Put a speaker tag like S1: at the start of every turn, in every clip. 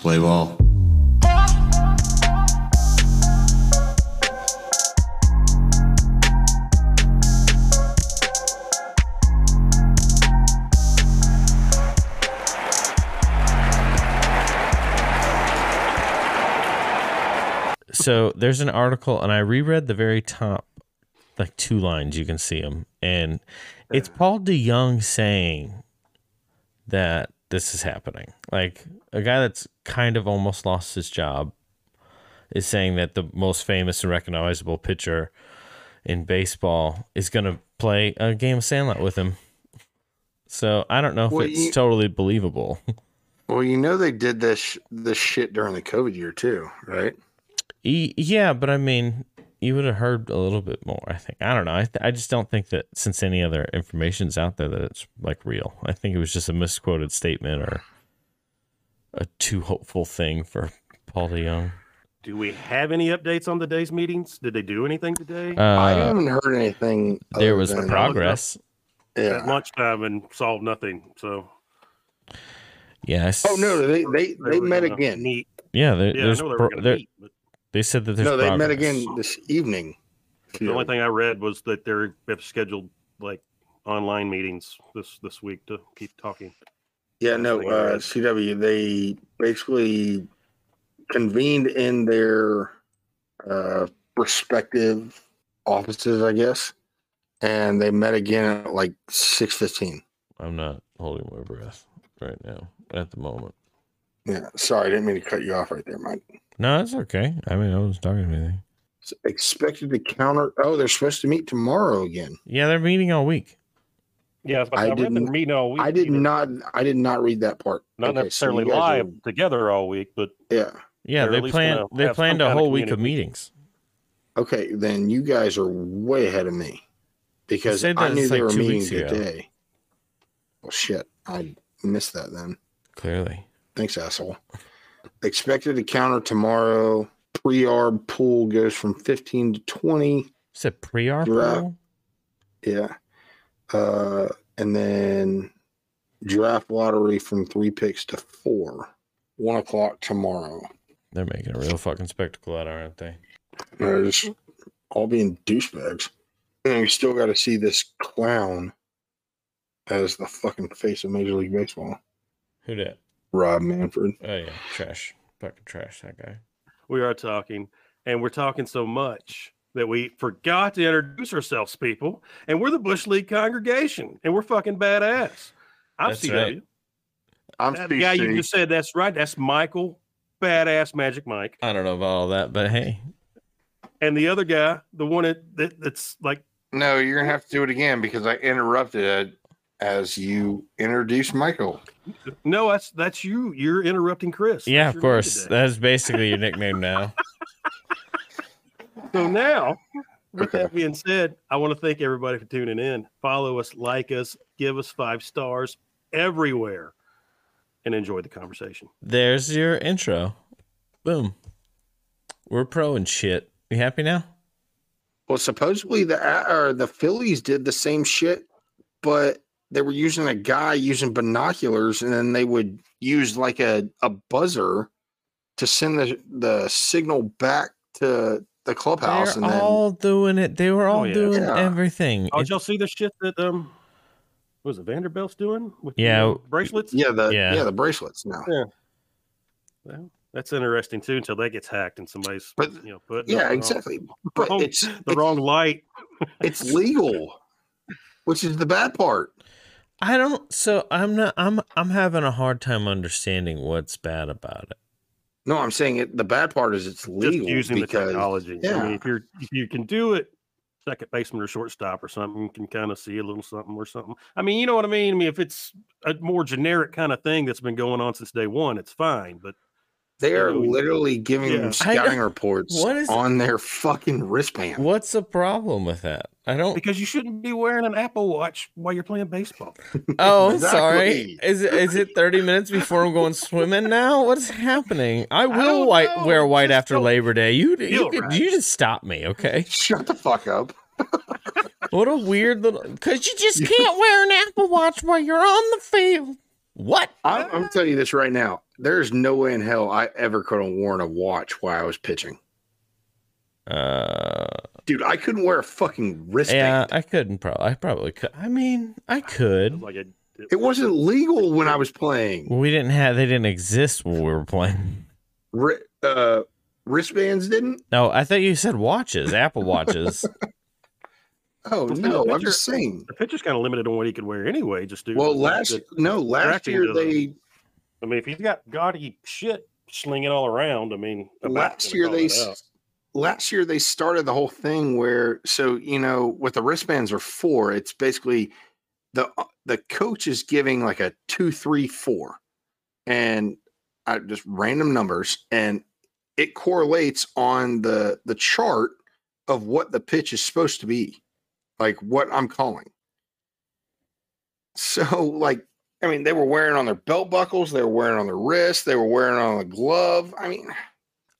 S1: Play ball.
S2: So there's an article, and I reread the very top, like two lines. You can see them, and it's Paul DeYoung saying that this is happening. Like a guy that's kind of almost lost his job is saying that the most famous and recognizable pitcher in baseball is going to play a game of Sandlot with him. So I don't know if
S3: Well,
S2: it's
S3: you-
S2: totally believable.
S3: Well, you know they did this sh- this shit during the COVID year too, right?
S2: E- Yeah, but I mean, you would have heard a little bit more. I think I don't know. I, th- I just don't think that since any other information's out there that it's like real. I think it was just a misquoted statement or a too hopeful thing for Paul DeYoung.
S4: Do we have any updates on the day's meetings? Did they do anything today?
S3: I
S2: Uh,
S3: haven't heard anything.
S2: there
S3: other
S2: was
S3: than-
S2: progress.
S4: At
S3: Yeah.
S4: lunchtime and solved nothing. So
S2: Yes.
S3: Oh no, they they,
S4: were
S3: they met
S4: gonna
S3: again.
S4: Meet.
S2: Yeah. There,
S4: Yeah, I know
S2: there's
S4: they were
S2: pro-
S4: gonna
S2: there-
S4: meet, but
S2: they said that there's
S3: No, they met
S2: progress.
S3: again this evening.
S4: the only thing I read was that they're have scheduled like online meetings this this week to keep talking.
S3: Yeah, no,
S4: thing I
S3: uh,
S4: read.
S3: CW. They basically convened in their uh, respective offices, I guess, and they met again at like six fifteen.
S2: I'm not holding my breath right now at the moment.
S3: Yeah, sorry, I didn't mean to cut you off right there, Mike.
S2: No, it's okay. I mean, I wasn't talking about anything.
S3: It's expected to counter. Oh, they're supposed to meet tomorrow again.
S2: Yeah, they're meeting all week.
S4: Yeah, but
S3: I
S4: I, read
S3: didn't-
S4: them meet all week.
S3: I did
S4: either.
S3: not. I did not read that part.
S4: not
S3: Okay, so
S4: necessarily
S3: you guys
S4: live
S3: are-
S4: together all week, but
S3: yeah.
S2: Yeah,
S4: They're
S2: they
S4: at least
S2: planned
S4: gonna
S2: they
S4: have some
S2: planned a
S4: kind of
S2: whole week of
S4: communication.
S2: meetings.
S3: Okay, then you guys are way ahead of me because
S2: said
S3: I
S2: that
S3: knew
S2: it's
S3: they
S2: like
S3: were
S2: two
S3: meeting
S2: weeks ago.
S3: today. Well, shit, I missed that then.
S2: Clearly.
S3: Thanks, asshole. Expected to counter tomorrow. Pre-arb pool goes from 15 to 20.
S2: Is it pre-arb?
S3: Right.
S2: pool?
S3: Yeah. Uh, and then draft lottery from three picks to four. One o'clock tomorrow.
S2: They're making a real fucking spectacle out of it, aren't they?
S3: They're just all being douchebags. And we still got to see this clown as the fucking face of Major League Baseball,
S2: Who did?
S3: Rob Manfred.
S2: Oh yeah, trash. Fucking trash that guy.
S4: we are talking, and we're talking so much that we forgot to introduce ourselves, people. And we're the Bush League congregation, and we're fucking badass. I'm
S2: That's
S4: CW.
S2: right.
S5: I'm
S4: That guy you just said, that's right. That's Michael, badass Magic Mike.
S2: I don't know about all that, but hey.
S4: And the other guy, the one that, that that's like,
S3: No, you're gonna have to do it again because I interrupted it as you introduced Michael.
S4: no, that's that's you. You're interrupting Chris.
S2: Yeah,
S4: That's
S2: of
S4: your name
S2: course.
S4: today.
S2: That's basically your nickname now.
S4: So now, with
S3: Okay.
S4: that being said, I want to thank everybody for tuning in. Follow us, like us, give us five stars everywhere, and enjoy the conversation.
S2: There's your intro. Boom. We're pro and shit. You happy now?
S3: Well, supposedly the or the Phillies did the same shit, but they were using a guy using binoculars, and then they would use like a, a buzzer to send the the signal back to the clubhouse,
S2: They're
S3: and
S2: all doing it. They were all
S4: Oh, yeah.
S2: doing
S3: Yeah.
S2: everything.
S4: Oh,
S2: It-
S4: did y'all see the shit that um was it Vanderbilt's doing with the,
S2: Yeah.
S4: uh, bracelets?
S3: then yeah, the
S2: Yeah.
S3: yeah. the bracelets now.
S4: That's interesting too until that gets hacked and somebody's
S3: But-
S4: you know put
S3: Yeah, exactly. But
S4: wrong-
S3: it's
S4: the
S3: it's,
S4: wrong light.
S3: it's legal, which is the bad part.
S2: I don't so I'm not I'm I'm having a hard time understanding what's bad about it.
S3: No, I'm saying it. The bad part is it's
S4: Just
S3: legal
S4: using the
S3: because
S4: technology. I
S3: yeah.
S4: mean, if you're if you can do it second baseman or shortstop or something, you can kind of see a little something or something. I mean, you know what I mean? I mean, if it's a more generic kind of thing that's been going on since day one, it's fine. But
S3: they are
S4: Really?
S3: literally giving
S4: Yeah. I know.
S3: them scouting reports
S2: What is-
S3: on their fucking wristband.
S2: What's the problem with that? I don't
S4: because you shouldn't be wearing an Apple Watch while you're playing baseball.
S2: Oh, I'm
S3: Exactly.
S2: sorry. Is it is it 30 minutes before I'm going swimming now? What's happening? I will
S4: don't
S2: white
S4: know.
S2: wear
S4: It's
S2: white
S4: just
S2: after
S4: don't
S2: Labor Day. You you,
S4: feel
S2: could,
S4: right.
S2: you just stop me, okay?
S3: Shut the fuck up.
S2: What a weird little cuz you just can't wear an Apple Watch while you're on the field. What?
S3: I'm, I'm telling you this right now. there's no way in hell I ever could have worn a watch while I was pitching.
S2: Uh,
S3: Dude, I couldn't wear a fucking wristband.
S2: yeah, I couldn't probably. I probably could. I mean, I
S4: It was
S2: could.
S4: like a,
S3: it wasn't legal when I was playing.
S2: We didn't have. They didn't exist when we were playing.
S3: Ri uh, wristbands didn't.
S2: No, I thought you said watches, Apple watches.
S3: Oh
S4: Well,
S3: no,
S4: dude,
S3: I'm just saying.
S4: the pitcher's kind of limited on what he could wear anyway. Just do
S3: Well, last no, last
S4: Drafting
S3: year
S4: to
S3: they
S4: I mean, if he's got gaudy shit slinging all around, I mean, a bat's
S3: last
S4: gonna
S3: year
S4: call
S3: they
S4: it out.
S3: s- last year they started the whole thing where so you know what the wristbands are for. It's basically the uh, the coach is giving like a two three four, and I just random numbers, and it correlates on the the chart of what the pitch is supposed to be, like what I'm calling. So like. I mean, they were wearing on their belt buckles, they were wearing on their wrist, they were wearing on the glove. I mean,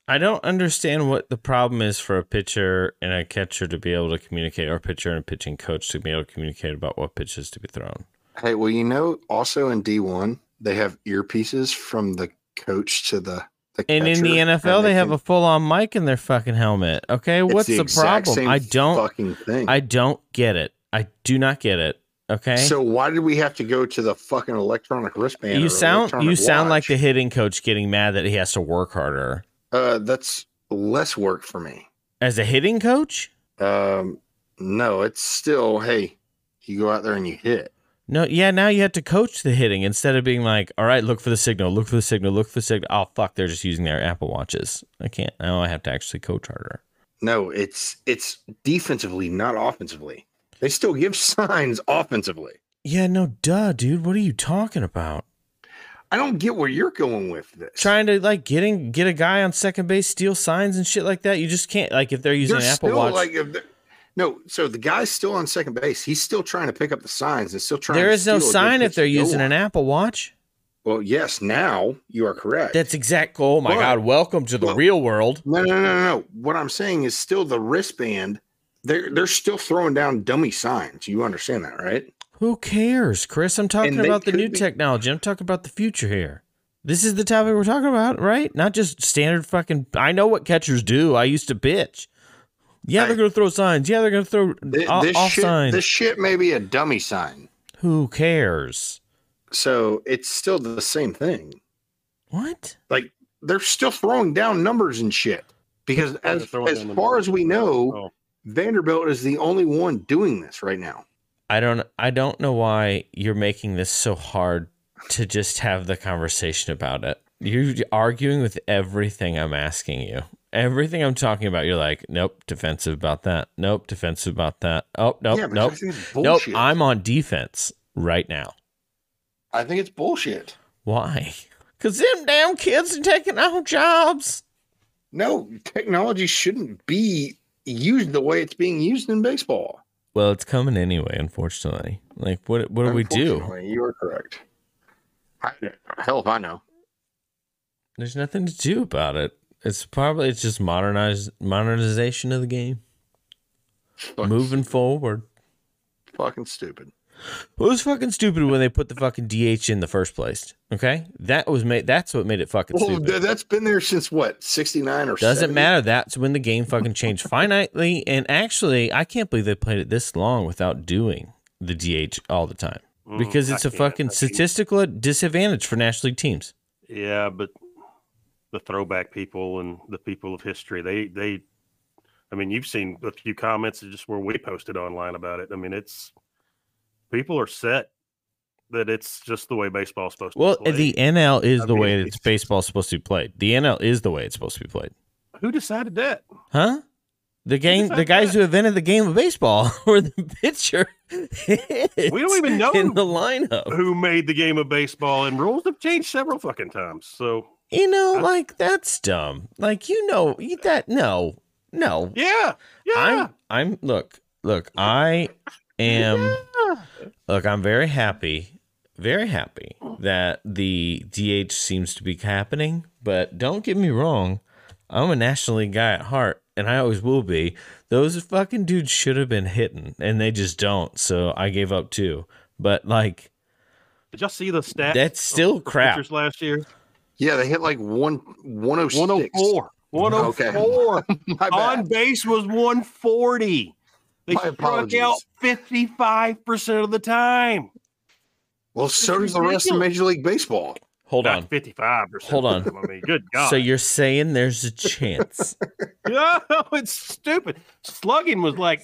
S2: I don't understand what the problem is for a pitcher and a catcher to be able to communicate, or a pitcher and a pitching coach to be able to communicate about what pitches to be thrown.
S3: Hey, well, you know, also in D one, they have earpieces from the coach to the the.
S2: And in the
S3: catcher,
S2: NFL,
S3: and
S2: they have
S3: can-
S2: a full-on mic in their fucking helmet. Okay,
S3: it's
S2: what's the,
S3: exact
S2: problem?
S3: same
S2: I don't.
S3: fucking thing.
S2: I don't get it. I do not get it. Okay.
S3: So why did we have to go to the fucking electronic wristband?
S2: you
S3: or
S2: sound
S3: electronic
S2: you sound like the
S3: watch?
S2: hitting coach getting mad that he has to work harder.
S3: Uh, that's less work for me.
S2: As a hitting coach?
S3: Um, no, it's still hey, you go out there and you hit.
S2: No, yeah, now you have to coach the hitting instead of being like, all right, look for the signal, look for the signal, look for the signal. Oh fuck, they're just using their Apple watches. I can't now I have to actually coach harder.
S3: No, it's it's defensively, not offensively. They still give signs offensively.
S2: Yeah, no duh, dude. What are you talking about?
S3: I don't get where you're going with this.
S2: Trying to like getting get a guy on second base, steal signs and shit like that. You just can't like if they're using
S3: They're
S2: an Apple
S3: still,
S2: Watch.
S3: Like, if they're- no, so the guy's still on second base. He's still trying to pick up the signs and still trying.
S2: there
S3: to
S2: is no
S3: steal a good
S2: sign
S3: pitch
S2: if they're
S3: to go
S2: using
S3: on.
S2: an Apple Watch.
S3: Well, yes, now you are correct.
S2: That's exact. Oh my
S3: But-
S2: God! Welcome to the
S3: Well-
S2: real world.
S3: no, no, no, no, no. What I'm saying is still the wristband. They're they're still throwing down dummy signs. You understand that, right?
S2: Who cares, Chris? I'm
S3: And
S2: talking
S3: they
S2: about the
S3: could
S2: new
S3: be-
S2: technology. I'm talking about the future here. This is the topic we're talking about, right? Not just standard fucking. I know what catchers do. I used to bitch. Yeah, they're
S3: Right.
S2: gonna throw signs. Yeah, they're gonna throw
S3: Th-
S2: o-
S3: this
S2: off
S3: shit,
S2: signs.
S3: this shit may be a dummy sign.
S2: Who cares?
S3: So it's still the same thing.
S2: What?
S3: They're still throwing down numbers and shit because as
S4: throwing
S3: as
S4: down the
S3: far
S4: numbers.
S3: as we know,
S4: Oh.
S3: Vanderbilt is the only one doing this right now.
S2: I don't. I don't know why you're making this so hard to just have the conversation about it. You're arguing with everything I'm asking you. Everything I'm talking about, you're like, nope, defensive about that. Nope, defensive about that. Oh, nope,
S3: Yeah, because
S2: nope,
S3: I think it's
S2: nope.
S3: bullshit.
S2: I'm on defense right now.
S3: I think it's bullshit.
S2: Why? Cause them damn kids are taking our jobs.
S3: No, technology shouldn't be used the way it's being used in baseball.
S2: Well, it's coming anyway, unfortunately. Like, what? What do we do?
S3: Unfortunately, You are correct. I, hell if I know.
S2: There's nothing to do about it. It's probably it's just modernized modernization of the game.
S3: Fuck-
S2: moving forward.
S3: Fucking stupid.
S2: Well, it was fucking stupid when they put the fucking DH in the first place. Okay, that was made. That's what made it fucking
S4: Oh,
S3: Well,
S2: stupid.
S3: th- that's been there since what, 69 or
S2: Doesn't
S3: 70?
S2: matter. That's when the game fucking changed finitely. And actually, I can't believe they played it this long without doing the DH all the time
S4: Mm,
S2: because
S4: I
S2: it's a
S4: can't.
S2: fucking
S4: I mean,
S2: statistical disadvantage for National League teams.
S4: Yeah, but the throwback people and the people of history, they they, I mean, you've seen a few comments that just where we posted online about it. I mean, it's people are set that it's just the way baseball's supposed
S2: Well,
S4: to. be played.
S2: the NL is
S4: I
S2: the
S4: mean,
S2: way
S4: it's
S2: that
S4: just-
S2: baseball's supposed to be played. The NL is the way it's supposed to be played.
S4: who decided that?
S2: Huh? The game, the
S4: decided
S2: guys
S4: that?
S2: who invented the game of baseball were the pitcher. we
S4: don't even know
S2: in the lineup.
S4: Who made the game of baseball? And rules have changed several fucking times. So
S2: You know,
S4: I-
S2: like that's dumb. Like you know you- that. No, no.
S4: yeah, yeah.
S2: I'm. I'm. Look. Look. I am.
S4: Yeah.
S2: Look. I'm very happy. Very happy that the DH seems to be happening. But don't get me wrong. I'm a National League guy at heart, and I always will be. Those fucking dudes should have been hitting, and they just don't. So I gave up too. But like,
S4: Did y'all see the stats?
S2: That's
S4: of
S2: still
S4: the
S2: crap.
S4: pitchers Last year,
S3: Yeah, they hit like one 106.
S4: 104. 104.
S3: My
S4: On
S3: bad.
S4: base was 140. They
S3: My
S4: struck
S3: apologies.
S4: out 55% of the time.
S3: Well, so does the rest of Major League Baseball.
S2: Hold
S4: Not
S2: on.
S4: 55%.
S2: Hold on.
S4: I mean, good God.
S2: So you're saying there's a chance?
S4: No, it's stupid. Slugging was like,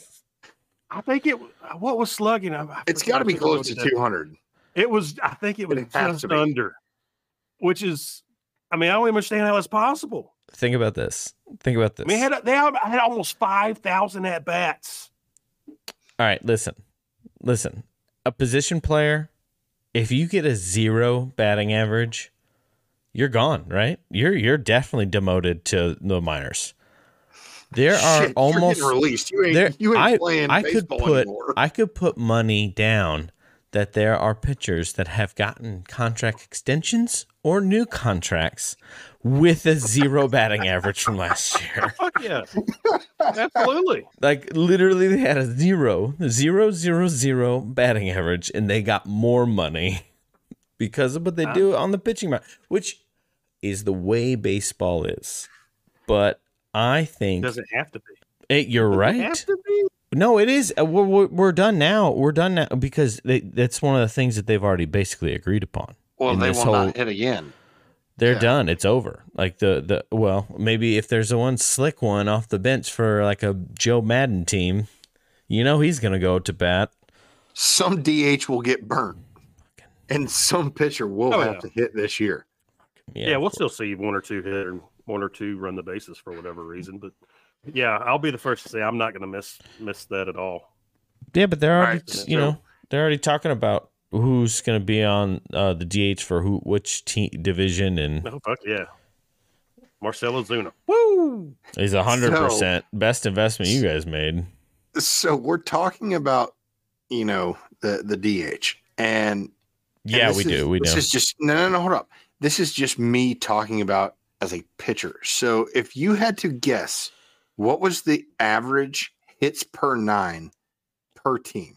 S4: I think it. What was slugging? I, I
S3: It's
S4: forgot.
S3: got to be
S4: I think I
S3: close to
S4: wrote it down.
S3: 200.
S4: It was. I think it was
S3: It has
S4: just
S3: to be.
S4: under, which is. I mean, I don't even understand how that's possible.
S2: Think about this. Think about this.
S4: I mean, had, they had, had almost five thousand at bats.
S2: All right, listen. Listen. A position player, if you get a zero batting average, you're gone, right? You're you're definitely demoted to the minors. There are
S3: Shit,
S2: almost
S3: you're getting released. You ain't,
S2: there-
S3: you ain't
S2: I-
S3: playing
S2: I could
S3: baseball
S2: put-
S3: anymore.
S2: I could put money down that there are pitchers that have gotten contract extensions or new contracts with a zero batting average from last year.
S4: Fuck yeah, absolutely.
S2: Like literally they had a zero, zero, zero, zero batting average and they got more money because of what they do on the pitching mound, which is the way baseball is. But I
S4: It
S2: think
S4: doesn't have to be.
S2: eh, you're
S4: Doesn't
S2: right.
S4: have to be.
S2: No, it is. uh, We're, we're, we're done now. We're done now because they, that's one of the things that they've already basically agreed upon.
S3: well,
S2: in
S3: they will
S2: this whole-
S3: not hit again.
S2: They're
S3: Yeah.
S2: done. It's over. Like the the well, maybe if there's a one slick one off the bench for like a Joe Madden team, you know he's gonna go to bat.
S3: Some DH will get burnt, and some pitcher will
S4: Oh,
S3: have
S4: yeah.
S3: to hit this year.
S4: Yeah, we'll still see one or two hit and one or two run the bases for whatever reason. But yeah, I'll be the first to say I'm not going to miss miss that at all.
S2: yeah, but they're already
S3: Alright,
S2: you know they're already talking about who's gonna be on uh, the DH for who which team division and
S4: No, fuck yeah. Marcelo Zuna.
S3: Woo!
S2: is a hundred percent best investment you guys made.
S3: So we're talking about you know the the DH, and and
S2: Yeah,
S3: this
S2: we
S3: is-
S2: do. We
S3: this
S2: do.
S3: is just no, no, no. Hold up. This is just me talking about as a pitcher. So if you had to guess, what was the average hits per nine per team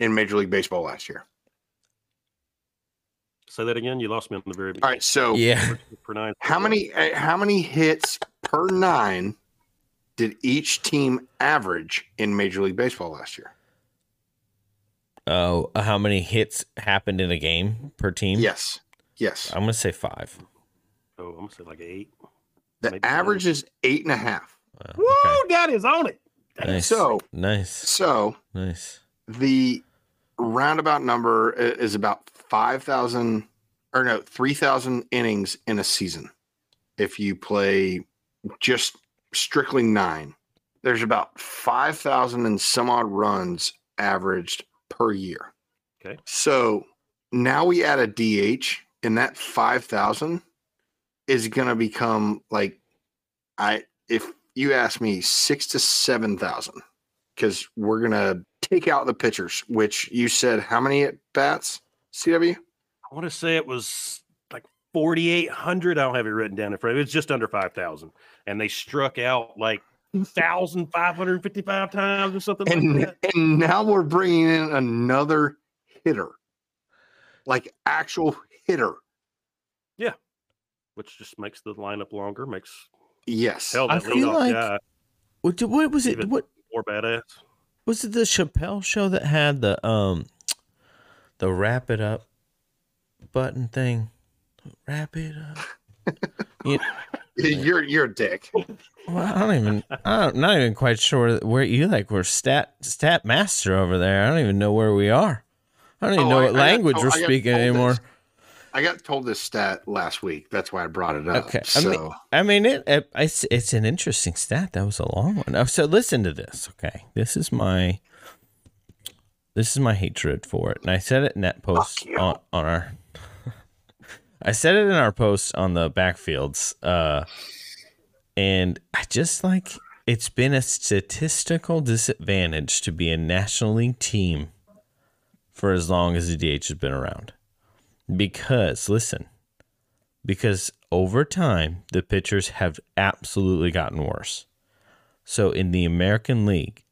S3: in Major League Baseball last year?
S4: Say that again. You lost me on the very
S3: All
S4: beginning.
S3: right. So
S2: Yeah,
S4: For nine.
S3: how many uh, how many hits per nine did each team average in Major League Baseball last year?
S2: Oh, how many hits happened in a game per team? Uh,
S3: Yes. Yes.
S2: I'm gonna say five.
S4: Oh, I'm gonna say like eight.
S3: The
S4: maybe
S3: average is eight and a half.
S2: Wow,
S4: Woo, that is on it.
S2: okay. Uh, Nice.
S3: So
S2: nice,
S3: so
S2: nice.
S3: the roundabout number i- is about 5,000 or no, 3,000 innings in a season. If you play just strictly nine, there's about 5,000 and some odd runs averaged per year.
S4: Okay.
S3: So now we add a DH, and that 5,000 is going to become like, I, if you ask me, six to 7,000 because we're gonna take out the pitchers, which you said how many at bats? CW
S4: I want to say it was like 4,800. I don't have it written down in front of me. It's just under 5,000. And they struck out like 1,555 times or something like
S3: and
S4: that.
S3: and now we're bringing in another hitter, like actual hitter.
S4: Which just makes the lineup longer, makes
S3: Yes,
S4: hell
S2: I
S4: that
S2: feel
S4: leadoff
S2: like-
S4: guy
S2: What, did- what was it?
S4: Even-
S2: What
S4: more badass.
S2: was it? The Chappelle show that had the um, the wrap it up button thing. Wrap it up.
S3: you're you're a dick.
S2: Well, I don't even. I'm not even quite sure where you like. We're stat stat master over there. I don't even know where we are. I don't even
S3: Oh,
S2: know
S3: I-
S2: what
S3: I got-
S2: language
S3: oh,
S2: we're
S3: I got
S2: speaking
S3: told this.
S2: anymore.
S3: I got told this stat last week. That's why I brought it up.
S2: Okay, I
S3: so
S2: mean- I mean, it, it it's it's an interesting stat. That was a long one. Oh, So listen to this, okay? This is my this is my hatred for it, and I said it in that post
S3: Fuck you.
S2: on, on our. I said it in our post on the backfields, uh, and I just like it's been a statistical disadvantage to be a National League team for as long as the DH has been around, because listen because over time the pitchers have absolutely gotten worse. So in the American League,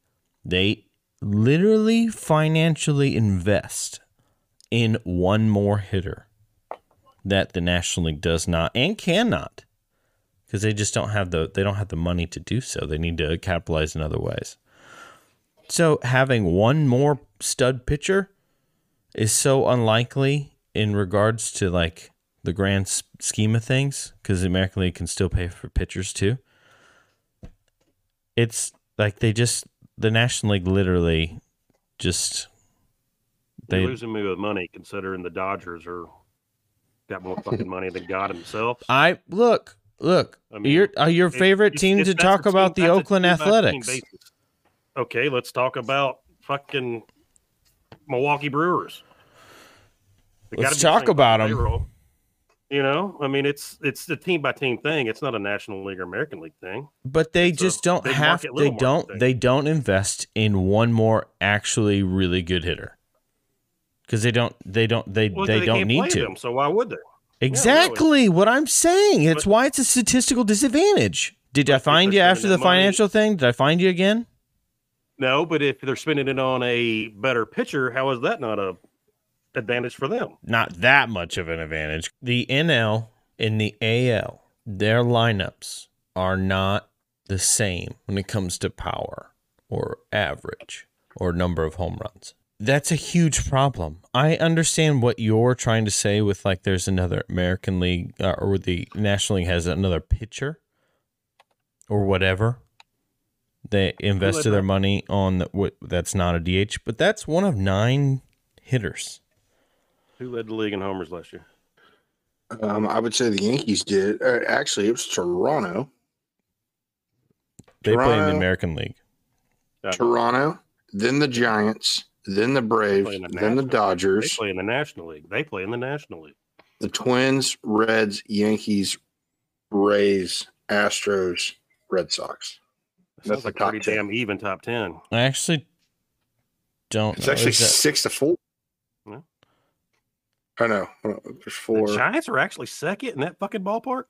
S2: they literally financially invest in one more hitter that the National League does not and cannot because they just don't have the they don't have the money to do so. They need to capitalize in other ways. So having one more stud pitcher is so unlikely in regards to like the grand s- scheme of things because the American League can still pay for pitchers too. It's like they just the National League literally just
S4: They're
S2: they
S4: losing me with money considering the Dodgers are got more fucking money than God himself.
S2: I look look
S4: I mean,
S2: your uh, your
S4: If-
S2: favorite
S4: if-
S2: team
S4: if
S2: to
S4: that's
S2: talk
S4: a team-
S2: about the
S4: that's a
S2: Oakland
S4: team by team
S2: Athletics.
S4: basis. Okay, let's talk about fucking Milwaukee Brewers. They
S2: Let's
S4: gotta be
S2: talk
S4: the same
S2: about 'em.
S4: payroll. You know, I mean, it's it's the team by team thing. It's not a National League or American League thing.
S2: But they
S4: It's a
S2: just don't
S4: big
S2: have
S4: market,
S2: they
S4: little market
S2: don't
S4: thing.
S2: they don't invest in one more actually really good hitter. Cuz they don't they don't they
S4: Well,
S2: they, don't
S4: can't
S2: need
S4: play
S2: to.
S4: Them, so why would they?
S2: Exactly what I'm saying. That's
S4: But-
S2: why it's a statistical disadvantage. Did I
S4: But if
S2: find
S4: they're
S2: you
S4: spending
S2: after the
S4: that money-
S2: financial thing? Did I find you again?
S4: No, but if they're spending it on a better pitcher, how is that not a advantage for them?
S2: not that much of an advantage. The NL and the AL, their lineups are not the same when it comes to power or average or number of home runs. That's a huge problem. I understand what you're trying to say with like there's another American League uh, or the National League has another pitcher or whatever. They invested their money on the, what that's not a DH, but that's one of nine hitters.
S4: Who led the league in homers last year?
S3: Um, I would say the Yankees did. Uh, actually, it was Toronto.
S2: They play in the
S3: Toronto.
S2: American League.
S4: Uh,
S3: Toronto, then the Giants, then the Braves,
S4: play in the
S3: then the
S4: National- They
S3: Dodgers,
S4: play in the National League. They play in the National League.
S3: the Twins, Reds, Yankees, Rays, Astros, Red Sox.
S4: That sounds
S3: That's the
S4: like pretty
S3: top 10.
S4: damn even top ten.
S2: I actually don't.
S3: It's
S2: know.
S3: actually
S2: Is that-
S3: six to four.
S4: No.
S3: I know. Hold on, There's four.
S4: The Giants are actually second in that fucking ballpark.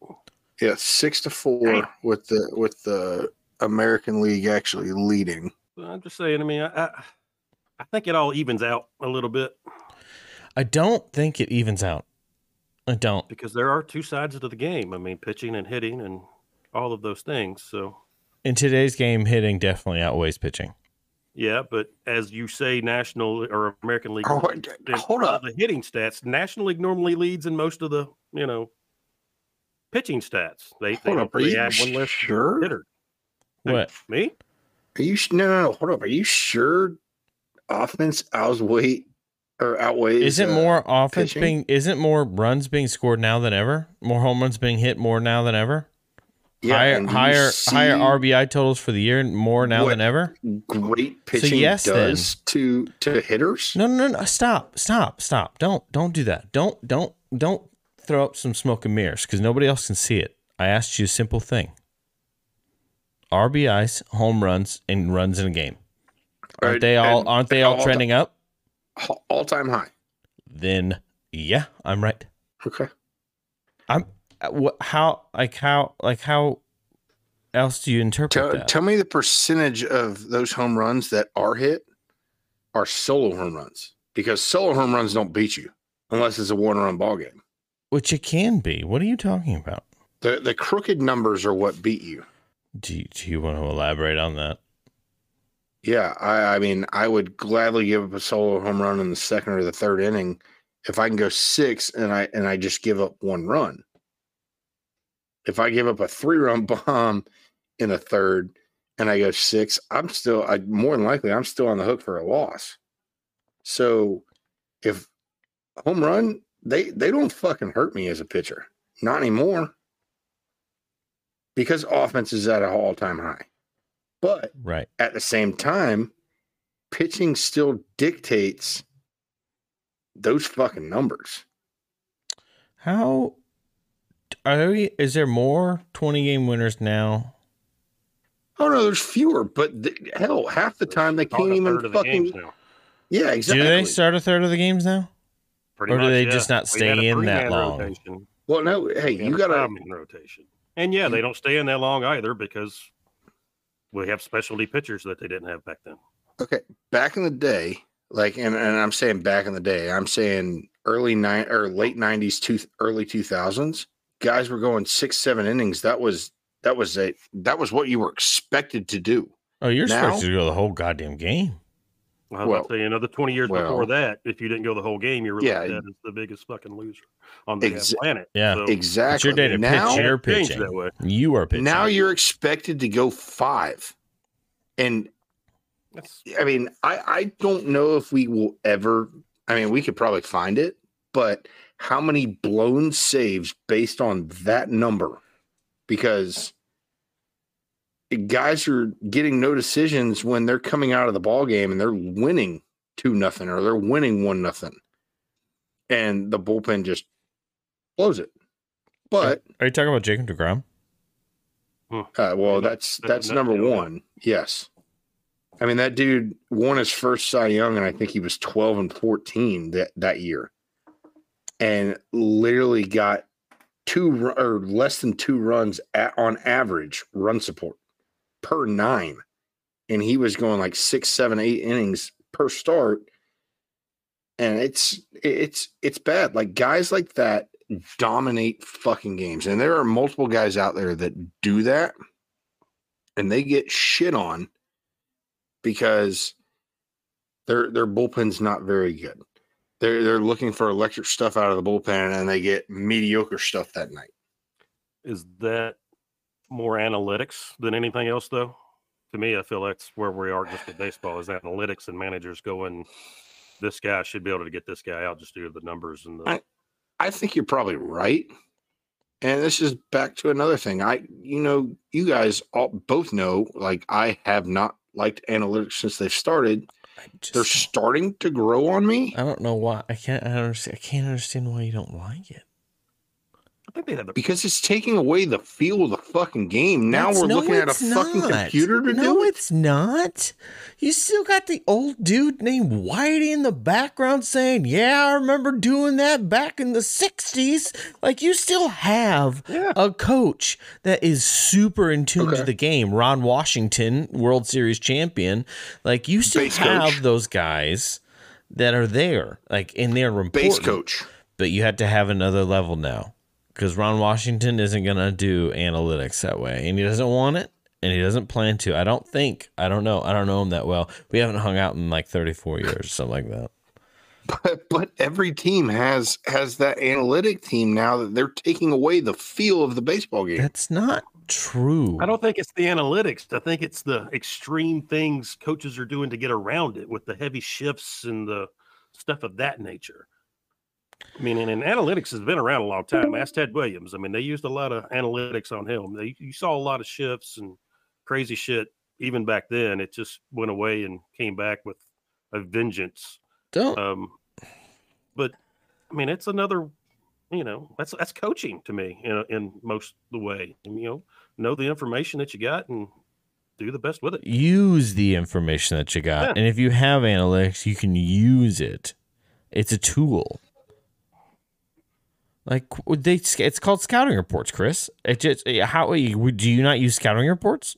S3: Yeah, six to four
S4: Damn.
S3: with the with the American League actually leading.
S4: Well, I'm just saying. I mean, I, I I think it all evens out a little bit
S2: I don't think it evens out. I don't.
S4: because there are two sides to the game. I mean, pitching and hitting and all of those things. So
S2: In today's game, hitting definitely outweighs pitching.
S4: yeah, but as you say, National or American League.
S3: Oh, wait,
S4: the-
S3: hold up.
S4: the hitting stats. National League normally leads in most of the you know pitching stats. They they
S3: Hold
S4: don't
S3: up. Are
S4: really
S3: you
S4: have one less
S3: sure?
S4: hitter.
S2: What?
S4: Me?
S3: Are you sh- no, no no hold up? Are you sure offense outweighs or outweighs?
S2: Isn't
S3: uh,
S2: more offense
S3: pitching?
S2: being? Isn't more runs being scored now than ever? More home runs being hit more now than ever.
S3: yeah,
S2: higher,
S3: and do you
S2: higher,
S3: see
S2: higher RBI totals for the year and more now
S3: What?
S2: than ever.
S3: Great pitching
S2: yes, then.
S3: does to to hitters.
S2: No, no, no, no! Stop, stop, stop! Don't, don't do that! Don't, don't, don't throw up some smoke and mirrors because nobody else can see it. I asked you a simple thing: RBIs, home runs, and runs in a game. Aren't they all? Aren't they all trending up?
S3: all time high?
S2: Then, yeah, I'm right.
S3: Okay.
S2: I'm. uh, What? How? Like how? Like how? Else do you interpret
S3: Tell,
S2: that?
S3: tell me the percentage of those home runs that are hit are solo home runs because solo home runs don't beat you unless it's a one run ball game.
S2: Which it can be. What are you talking about?
S3: The the crooked numbers are what beat you.
S2: Do you, Do you want to elaborate on that?
S3: Yeah, I, I mean, I would gladly give up a solo home run in the second or the third inning if I can go six and I and I just give up one run. If I give up a three run bomb in the third and I go six, I'm still I more than likely I'm still on the hook for a loss. So if home run, they they don't fucking hurt me as a pitcher. Not anymore. Because offense is at an all time high. But
S2: Right.
S3: at the same time, pitching still dictates those fucking numbers.
S2: How are we, is there more 20 game winners now?
S3: Oh no, there's fewer, but th- hell, half the time they
S4: Call it
S3: can't
S4: a
S3: even
S4: third of the games
S3: fucking.
S4: now.
S3: Yeah, exactly.
S2: Do they start a third of the games now?
S4: Pretty
S2: Or do
S4: much,
S2: they
S4: yeah.
S2: just not
S4: We had
S2: stay
S4: a
S2: in that
S4: three-man
S2: long?
S4: Rotation.
S3: well, no, hey,
S4: and
S3: you
S4: a
S3: gotta.
S4: five-man rotation, and yeah, they don't stay in that long either because we have specialty pitchers that they didn't have back then.
S3: Okay, back in the day, like, and, and I'm saying back in the day, I'm saying early nine or late nineties to early two thousands, guys were going six, seven innings. That was that was a that was what you were expected to do.
S2: Oh, you're
S3: Now-
S2: supposed to go the whole goddamn game.
S4: I was about to say another twenty years
S3: well-
S4: before that, if you didn't go the whole game, you're really
S3: Yeah.
S4: dead as the biggest fucking loser on the
S3: Exa-
S4: planet.
S2: Yeah.
S4: so
S3: Exactly.
S2: It's your day to
S3: now,
S2: pitch. You're
S4: it changed
S2: pitching.
S4: that way.
S2: You are pitching.
S3: now you're expected to go five. And
S4: That's
S3: I mean, I, I don't know if we will ever. I mean, we could probably find it, but how many blown saves based on that number? Because guys are getting no decisions when they're coming out of the ball game and they're winning two nothing or they're winning one nothing, and the bullpen just blows it. But
S2: Are you talking about Jacob Degrom?
S3: uh, well, that's
S4: that's
S3: that's
S4: a
S3: number
S4: nutmeg.
S3: one. Yes, I mean that dude won his first Cy Young, and I think he was twelve and fourteen that that year, and literally got two ru- or less than two runs at, on average run support per nine, and he was going like six, seven, eight innings per start, and it's it's it's bad. Like guys like that dominate fucking games, and there are multiple guys out there that do that and they get shit on because their their bullpen's not very good. They're they're looking for electric stuff out of the bullpen and they get mediocre stuff that night.
S4: is that more analytics than anything else though to me i feel that's where we are just with baseball is analytics and managers going this guy should be able to get this guy out just due to the numbers and the
S3: I- I think you're probably right. And this is back to another thing. I you know, you guys all both know like I have not liked analytics since they've started.
S2: I
S3: They're
S2: just,
S3: starting to grow on me.
S2: I don't know why. I can't. I, don't understand, I can't understand why you don't like it.
S4: i think they have the
S3: Because it's taking away the feel of the fucking game. Now
S2: That's-
S3: we're
S2: no,
S3: looking at a
S2: it's
S3: fucking
S2: not.
S3: computer to
S2: no,
S3: do it.
S2: it's not. You still got the old dude named Whitey in the background saying, "Yeah, I remember doing that back in the '60s." Like you still have
S4: Yeah.
S2: a coach that is super in tune
S3: Okay.
S2: to the game. Ron Washington, World Series champion. Like you still
S3: Base coach.
S2: have those guys that are there, like in their report
S3: Base coach.
S2: but you had to have another level now because Ron Washington isn't going to do analytics that way and he doesn't want it and he doesn't plan to. I don't think. I don't know. I don't know him that well. We haven't hung out in like 34 years or something like that.
S3: but every team has has that analytic team now that they're taking away the feel of the baseball game.
S2: That's not true.
S4: i don't think it's the analytics i think it's the extreme things coaches are doing to get around it with the heavy shifts and the stuff of that nature I mean, and, and analytics has been around a long time. Ask Ted Williams. I mean, they used a lot of analytics on him. They, you saw a lot of shifts and crazy shit even back then. It just went away and came back with a vengeance.
S2: Don't.
S4: Um, but I mean, it's another, you know, that's that's coaching to me in in most the way. And, you know, know the information that you got and do the best with it.
S2: use the information that you got.
S4: Yeah.
S2: And if you have analytics, you can use it. It's a tool. Like they, it's called scouting reports, Chris. It just how do you not use scouting reports?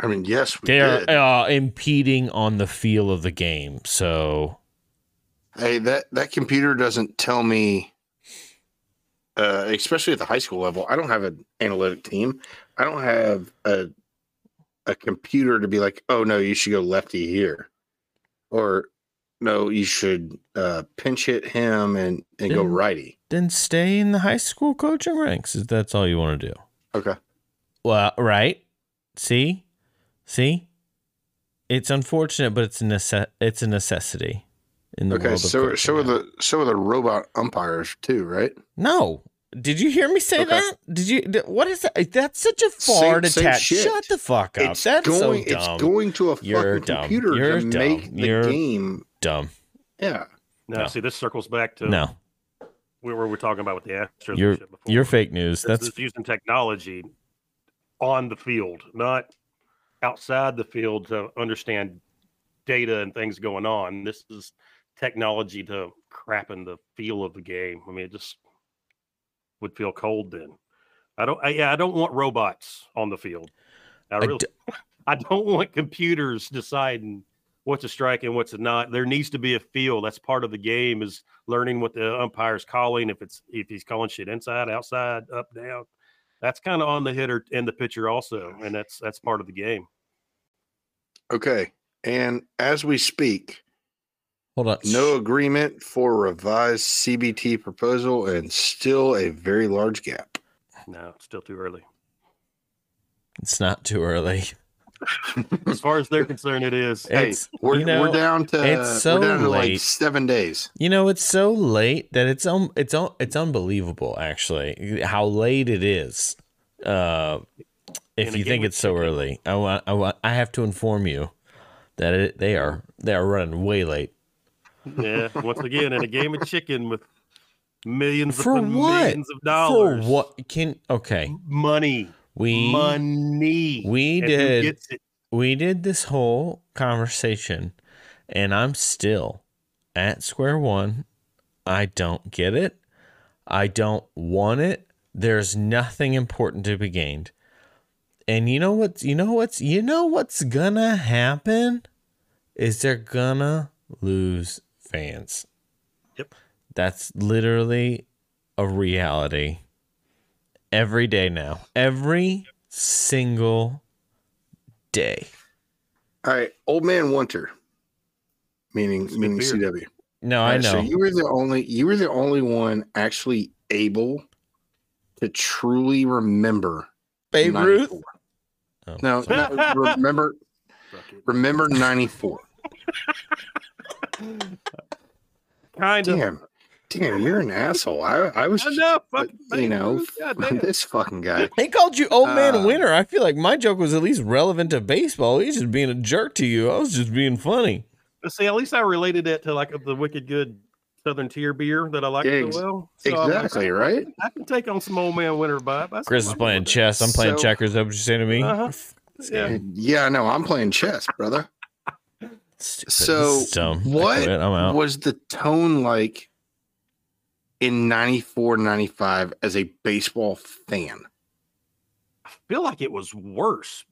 S3: I mean, yes, we
S2: They're
S3: did.
S2: uh, impeding on the feel of the game. So
S3: Hey, that that computer doesn't tell me. Uh, especially at the high school level, I don't have an analytic team. I don't have a a computer to be like, oh no, you should go lefty here, or no, you should uh, pinch hit him and and go
S2: Didn't-
S3: righty.
S2: then stay in the high school coaching ranks if that's all you want to do.
S3: Okay,
S2: Well, right? See, see, it's unfortunate, but it's a nece- it's a necessity in the
S3: okay.
S2: world. of
S3: So
S2: coaching
S3: so are
S2: now.
S3: the so are the robot umpires too, right?
S2: no. Did you hear me say
S3: Okay.
S2: that? Did you? th- What is that? That's such a fart
S3: same
S2: attack.
S3: shit.
S2: Shut the fuck up. that's
S3: going,
S2: so dumb.
S3: It's going to a
S2: You're
S3: fucking
S2: dumb.
S3: computer
S2: You're
S3: to
S2: dumb.
S3: make the
S2: You're-
S3: game.
S2: dumb.
S3: Yeah,
S4: Now,
S2: No.
S4: see, this circles back to
S2: No,
S4: where we were talking about with the Astros. and
S2: you're
S4: shit before.
S2: you're fake news.
S4: This
S2: That's
S4: is using technology on the field, not outside the field to understand data and things going on. This is technology to crapping the feel of the game. I mean, it just would feel cold then. I don't. I, yeah, I don't want robots on the field. I
S2: I
S4: really.
S2: d-
S4: I don't want computers deciding what's a strike and what's a not. There needs to be a feel. That's part of the game is learning what the umpire's calling. If it's if he's calling shit inside, outside, up, down, that's kind of on the hitter and the pitcher also, and that's that's part of the game.
S3: Okay. And as we speak,
S2: Hold on.
S3: no agreement for revised CBT proposal and still a very large gap.
S4: No, it's still too early.
S2: It's not too early.
S4: As far as they're concerned, it is.
S3: Hey,
S2: It's-
S3: We're,
S2: you know,
S3: we're down to,
S2: it's so
S3: we're down to like
S2: late.
S3: seven days.
S2: You know, it's so late that it's um, it's un- it's unbelievable actually how late it is. Uh, if
S4: And
S2: you
S4: again,
S2: think
S4: with
S2: it's so
S4: chicken.
S2: early, I want, I want, I have to inform you that it, they are they are running way late.
S4: Yeah, once again, in a game of chicken with millions
S2: For
S4: upon
S2: what?
S4: millions of dollars.
S2: For what can okay?
S4: Money.
S2: We
S4: Money.
S2: we
S4: And who
S2: did-
S4: gets it?
S2: we did this whole conversation, and I'm still at square one. I don't get it. I don't want it. There's nothing important to be gained. And you know what's you know what's you know what's gonna happen is they're gonna lose fans.
S4: Yep.
S2: That's literally a reality. Every day now. Every single day.
S3: All right. Old man Winter, meaning,
S4: It's a good
S3: meaning
S4: beer.
S3: CW.
S2: No,
S3: All
S2: I
S3: right,
S2: know.
S3: So you were the only you were the only one actually able to truly remember 94.
S2: Oh,
S3: No,
S2: sorry.
S3: no, remember
S4: Fuck it.
S3: remember ninety four.
S4: Kind of.
S3: Damn, damn, you're an asshole. I I was,
S4: Enough.
S3: but,
S4: fucking
S3: you
S4: Babe
S3: know,
S4: Ruth, goddamn.
S3: this fucking guy.
S2: They called you old man
S3: Uh,
S2: winner. I feel like my joke was at least relevant to baseball. He's just being a jerk to you. I was just being funny.
S4: But See, at least I related that to like the wicked good Southern Tier beer that I like
S3: Yeah,
S4: so
S3: ex-
S4: well. So I'm like,
S3: Exactly right.
S4: I can take on some old man winter vibe. That's
S2: Chris is
S4: fine.
S2: playing chess. I'm playing
S3: So-
S2: checkers. Is that what you're saying to me?
S4: Uh-huh. Yeah.
S3: Yeah, no, I'm playing chess, brother.
S2: Stupid.
S3: So,
S2: This is dumb. I
S3: what
S2: quit. I'm out.
S3: Was the tone like in 94, 95 as a baseball fan?
S4: I feel like it was worse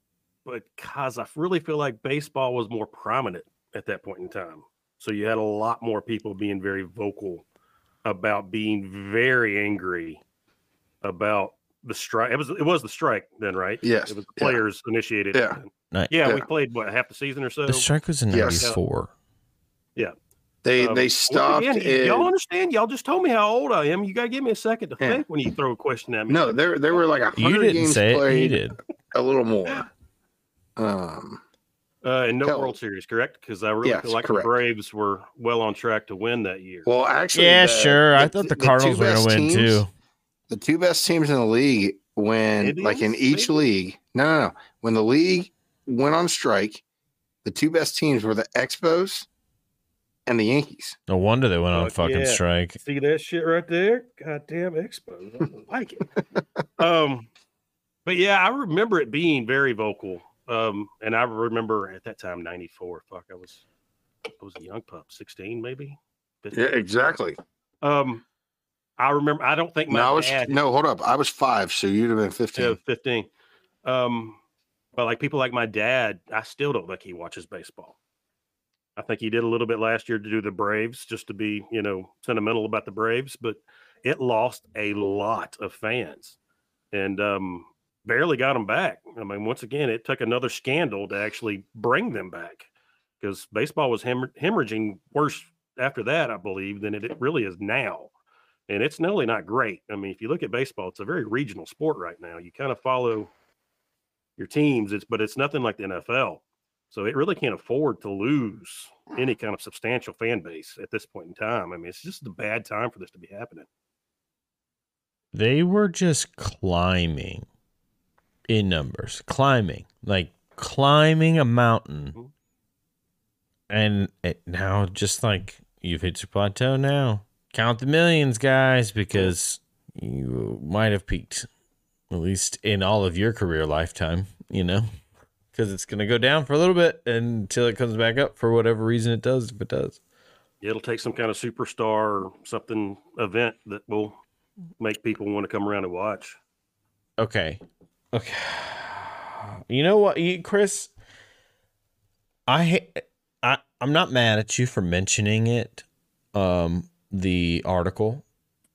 S4: because I really feel like baseball was more prominent at that point in time. So you had a lot more people being very vocal about being very angry about the strike. It was it was the strike then, right?
S3: Yes,
S4: It was the
S3: yeah.
S4: players initiated.
S3: Yeah.
S4: it.
S2: Right.
S4: Yeah, we
S3: Yeah.
S4: played what half the season or so.
S2: the strike was in
S3: Yes.
S2: '94.
S3: They
S4: Um,
S3: they
S4: once
S3: stopped.
S4: again, y-
S3: at-
S4: y'all understand? Y'all just told me how old I am. You gotta give me a second to
S3: Yeah.
S4: think when you throw a question at me.
S3: no, there there were like a
S2: You
S3: hundred
S2: didn't
S3: games
S2: say it. He
S3: played,
S2: did.
S3: a little more. Um,
S4: uh, and no
S3: Tell-
S4: World Series, correct? Because I really
S3: Yes,
S4: feel like
S3: correct.
S4: the Braves were well on track to win that year.
S3: well, actually,
S2: Yeah,
S3: the-
S2: sure. I thought the,
S3: two
S2: Cardinals were
S3: best
S2: going to win
S3: teams-
S2: too.
S3: the two best teams in the league when like in
S4: Indians,
S3: each
S4: maybe?
S3: league no, no no when the league went on strike the two best teams were the expos and the yankees
S2: No wonder they went on
S4: Fuck
S2: fucking
S4: yeah.
S2: strike.
S4: See that shit right there? Goddamn Expos. I like it. um, but yeah, I remember it being very vocal. Um, and I remember at that time '94. Fuck, I was, I was a young pup, 16 maybe. 15.
S3: exactly
S4: Um, I remember. I don't think my
S3: no i was
S4: dad
S3: no hold up i was five so you'd have been 15
S4: Yeah, 15. Um, but like people like my dad, I still don't think he watches baseball. I think he did a little bit last year to do the Braves, just to be, you know, sentimental about the Braves, but it lost a lot of fans and um, barely got them back. I mean, once again, it took another scandal to actually bring them back because baseball was hemorr- hemorrhaging worse after that, I believe, than it it really is now and it's not only not great. I mean, if you look at baseball, it's a very regional sport right now. You kind of follow your teams, it's but it's nothing like the NFL. So it really can't afford to lose any kind of substantial fan base at this point in time. I mean, it's just a bad time for this to be happening.
S2: They were just climbing in numbers, climbing like climbing a mountain,
S4: Mhm.
S2: and it, now just like you've hit your plateau. Now count the millions, guys, because you might have peaked, at least in all of your career lifetime. You know, because it's gonna go down for a little bit until it comes back up for whatever reason it does, if it does.
S4: It'll take some kind of superstar or something event that will make people want to come around and watch.
S2: Okay. Okay. You know what, you, Chris? I ha- I I'm not mad at you for mentioning it. Um, the article.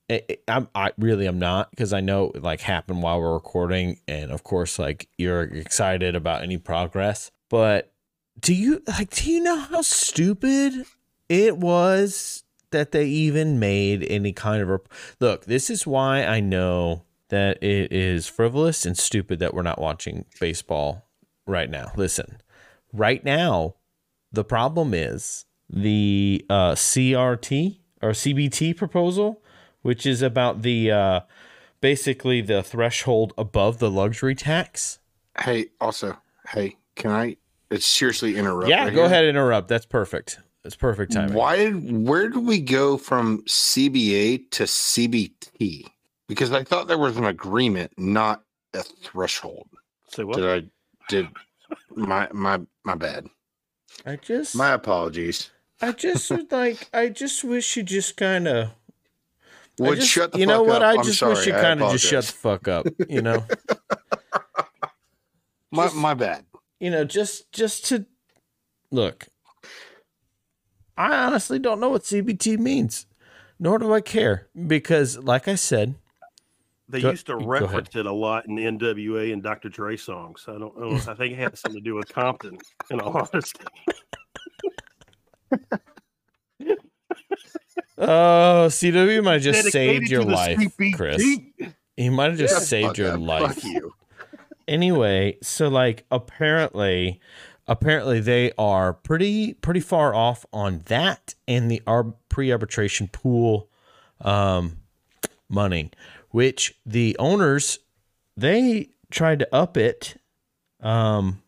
S2: It, it- I'm I really am not because I know it like happened while we're recording, and of course, like you're excited about any progress. But do you like? Do you know how stupid it was that they even made any kind of rep- look? This is why I know that it is frivolous and stupid that we're not watching baseball right now. Listen, right now, the problem is the uh, CRT or CBT proposal, which is about the uh, basically the threshold above the luxury tax.
S3: Hey, also, hey, can I it's seriously interrupt?
S2: Yeah,
S3: right
S2: go
S3: here?
S2: ahead and interrupt. That's perfect. That's perfect timing.
S3: Why did where did we go from CBA to CBT? Because I thought there was an agreement, not a threshold.
S4: Say what?
S3: Did I did my my my bad.
S2: I just
S3: My apologies.
S2: I just would like I just wish you just kind of I
S3: Would
S2: just-
S3: shut the
S2: you know
S3: fuck
S2: what?
S3: up.
S2: I
S3: I'm
S2: just wish
S3: sorry.
S2: you
S3: I
S2: kind of just shut
S3: apologize.
S2: the fuck up. You know,
S3: my
S2: just-
S3: my bad.
S2: you know, just just to look. I honestly don't know what CBT means, nor do I care because, like I said,
S4: They
S2: Go-
S4: used to
S2: go ahead.
S4: reference it a lot in NWA and Dr. Dre songs. I don't know. I think it had something to do with Compton, in all honesty.
S2: oh, CW might have just saved
S4: Dedicated
S2: your
S4: to the
S2: life,
S4: CBT.
S2: Chris. He might have just
S3: Shut the
S2: saved
S3: fuck
S2: your
S3: up.
S2: life.
S3: Fuck you.
S2: anyway, so like apparently, apparently they are pretty pretty far off on that and the ar- pre-arbitration pool um, money, which the owners they tried to up it um,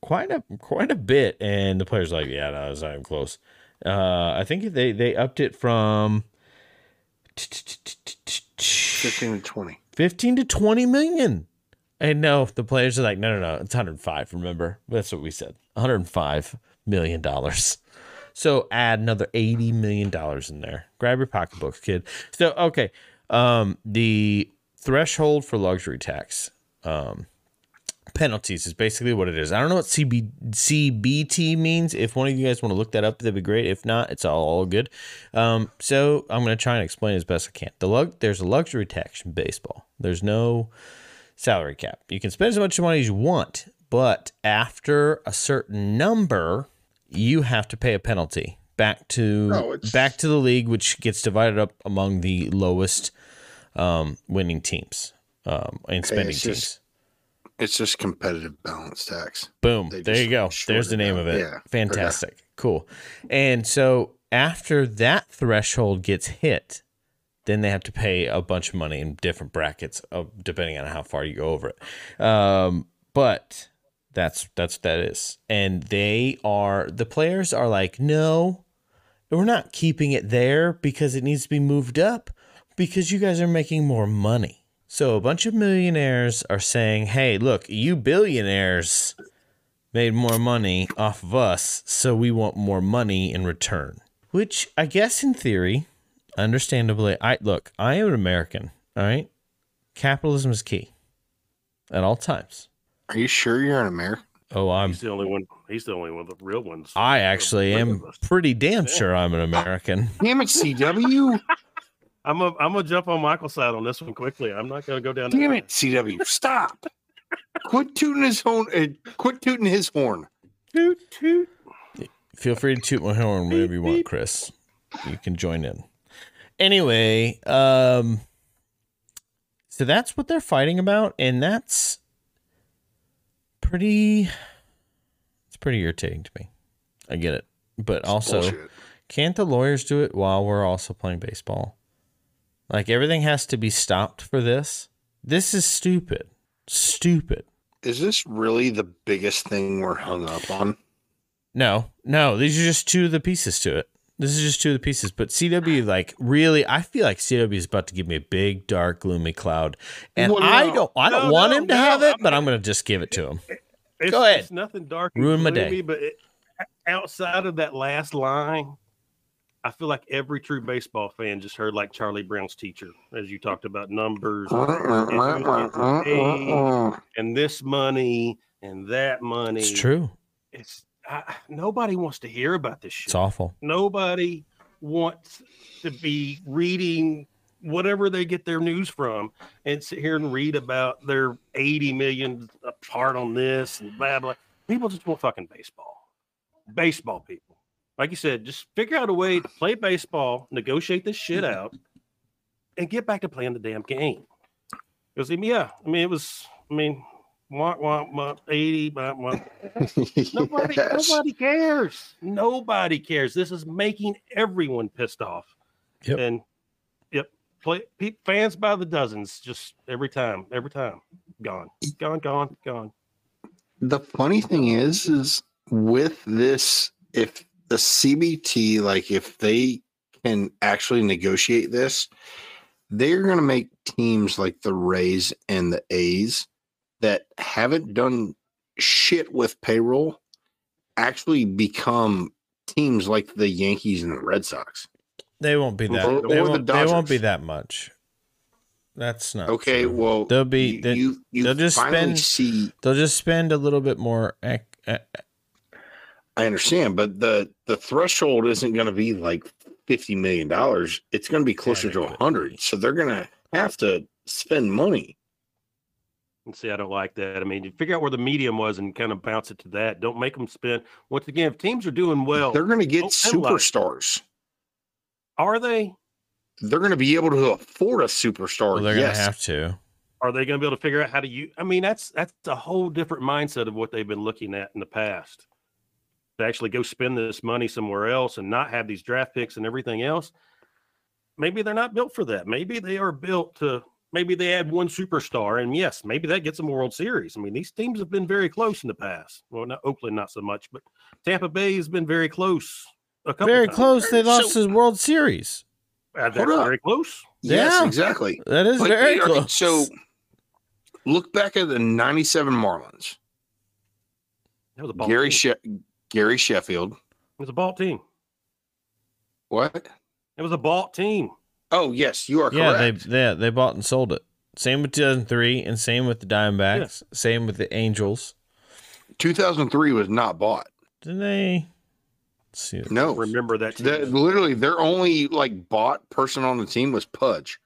S2: quite a quite a bit, and the players like yeah, no, it's not even close. Uh, I think they they upped it from.
S3: 15 to 20.
S2: 15 to 20 million. And no, the players are like, no, no, no, it's 105. Remember, that's what we said 105 million dollars. So add another 80 million dollars in there. Grab your pocketbooks, kid. So, okay. Um, the threshold for luxury tax um, penalties is basically what it is. I don't know what CB, CBT means. If one of you guys want to look that up, that'd be great. If not, it's all good. Um, so I'm going to try and explain as best I can. The lug- there's a luxury tax in baseball. There's no salary cap. You can spend as much money as you want, but after a certain number, you have to pay a penalty back to
S3: No, Oh, it's-
S2: back to the league, which gets divided up among the lowest um, winning teams um, and
S3: Okay,
S2: spending
S3: it's
S2: teams.
S3: just- It's just competitive balance tax.
S2: Boom.
S3: They
S2: There
S3: just
S2: you go.
S3: shorted
S2: There's the name
S3: out.
S2: of it.
S3: Yeah.
S2: Fantastic. Cool. And so after that threshold gets hit, then they have to pay a bunch of money in different brackets, uh, depending on how far you go over it. Um, but that's that's what that is. And they are the players are like, no, we're not keeping it there because it needs to be moved up because you guys are making more money. So a bunch of millionaires are saying, hey, look, you billionaires made more money off of us, so we want more money in return. Which I guess in theory, understandably, I look, I am an American, all right? Capitalism is key at all times.
S3: Are you sure you're an American?
S2: Oh, I'm
S4: He's the only one. He's the only one of the real ones.
S2: I actually am pretty damn sure I'm an American.
S3: Damn it, CW.
S4: I'm a, I'm gonna jump on Michael's side on this one quickly. I'm not gonna go down. that
S3: Damn
S4: path.
S3: it, CW. Stop. Quit tooting his horn. Uh, quit tooting his horn.
S4: Toot toot.
S2: Feel free to toot my horn whenever you want, Chris. You can join in. Anyway, um, so that's what they're fighting about, and that's pretty. It's pretty irritating to me. I get it, but also,
S3: Bullshit.
S2: can't the lawyers do it while we're also playing baseball? Like everything has to be stopped for this. This is stupid. Stupid.
S3: Is this really the biggest thing we're hung up on?
S2: No, no, these are just two of the pieces to it. This is just two of the pieces. But CW, like, really, I feel like CW is about to give me a big, dark, gloomy cloud, and
S3: Well, no.
S2: I don't, I don't
S4: No,
S2: want
S4: no,
S2: him to
S4: no,
S2: have it,
S4: I'm-
S2: but I'm gonna just give it to him.
S4: It's,
S2: Go ahead.
S4: It's nothing dark.
S2: Ruin
S4: Ruin
S2: my
S4: my
S2: day.
S4: But it, outside of that last line, I feel like every true baseball fan just heard like Charlie Brown's teacher, as you talked about numbers and this money and that money.
S2: It's true.
S4: It's I, nobody wants to hear about this shit.
S2: It's awful.
S4: Nobody wants to be reading whatever they get their news from and sit here and read about their 80 million apart on this and blah blah. People just want fucking baseball. Baseball people. Like you said, just figure out a way to play baseball, negotiate this shit out, and get back to playing the damn game. Because yeah, I mean it was I mean wah, wah, wah, 80 wah, wah. Nobody,
S3: Yes.
S4: nobody cares. Nobody cares. This is making everyone pissed off.
S2: Yep.
S4: And yep, play pe- fans by the dozens, just every time, every time, gone, gone, gone, gone.
S3: the funny thing is is with this if the cbt like if they can actually negotiate this they're going to make teams like the rays and the a's that haven't done shit with payroll actually become teams like the yankees and the red sox
S2: They won't be that.
S3: Or-
S2: they,
S3: or the
S2: won't, they won't be
S3: Dodgers.
S2: that much. That's not
S3: okay
S2: true.
S3: well
S2: they'll be.
S3: you,
S2: They,
S3: you, you
S2: they'll just
S3: finally
S2: spend-
S3: see
S2: will just spend a little bit more. Ac- eh,
S3: I understand, but the the threshold isn't going to be like fifty million dollars. It's going to be closer to a
S2: Adequate.
S3: hundred. So they're going to have to spend money.
S4: And see, I don't like that. I mean, you figure out where the medium was and kind of bounce it to that. Don't make them spend. Once again, if teams are doing well,
S3: they're going to get
S4: oh, I love it.
S3: superstars.
S4: are they?
S3: They're going to be able to afford a superstar.
S2: well, they're
S3: yes,
S2: gonna have to.
S4: Are they going to be able to figure out how to use? I mean, that's that's a whole different mindset of what they've been looking at in the past. To actually go spend this money somewhere else and not have these draft picks and everything else, maybe they're not built for that. Maybe they are built to. Maybe they add one superstar, and yes, maybe that gets them a World Series. I mean, these teams have been very close in the past. Well, not Oakland, not so much, but Tampa Bay has been very close. A couple
S2: Very
S4: times.
S2: close. They
S3: So-
S2: lost the World Series.
S4: Uh, that's
S3: Hold up.
S4: very close.
S3: yes,
S2: Yeah.
S3: exactly.
S2: That is
S3: Like,
S2: very
S3: all right,
S2: close.
S3: So look back at the '97 Marlins.
S4: That was a ball.
S3: Gary
S4: team.
S3: she- Gary Sheffield.
S4: it was a ball team.
S3: What?
S4: It was a ball team.
S3: Oh yes, you are
S2: yeah, they,
S3: correct.
S2: they they bought and sold it. Same with 2003, and same with the Diamondbacks. Same with the Angels.
S3: 2003 was not bought.
S2: Didn't they? Let's see.
S3: No,
S4: Remember that? Team.
S3: The, literally, their only like bought person on the team was Pudge.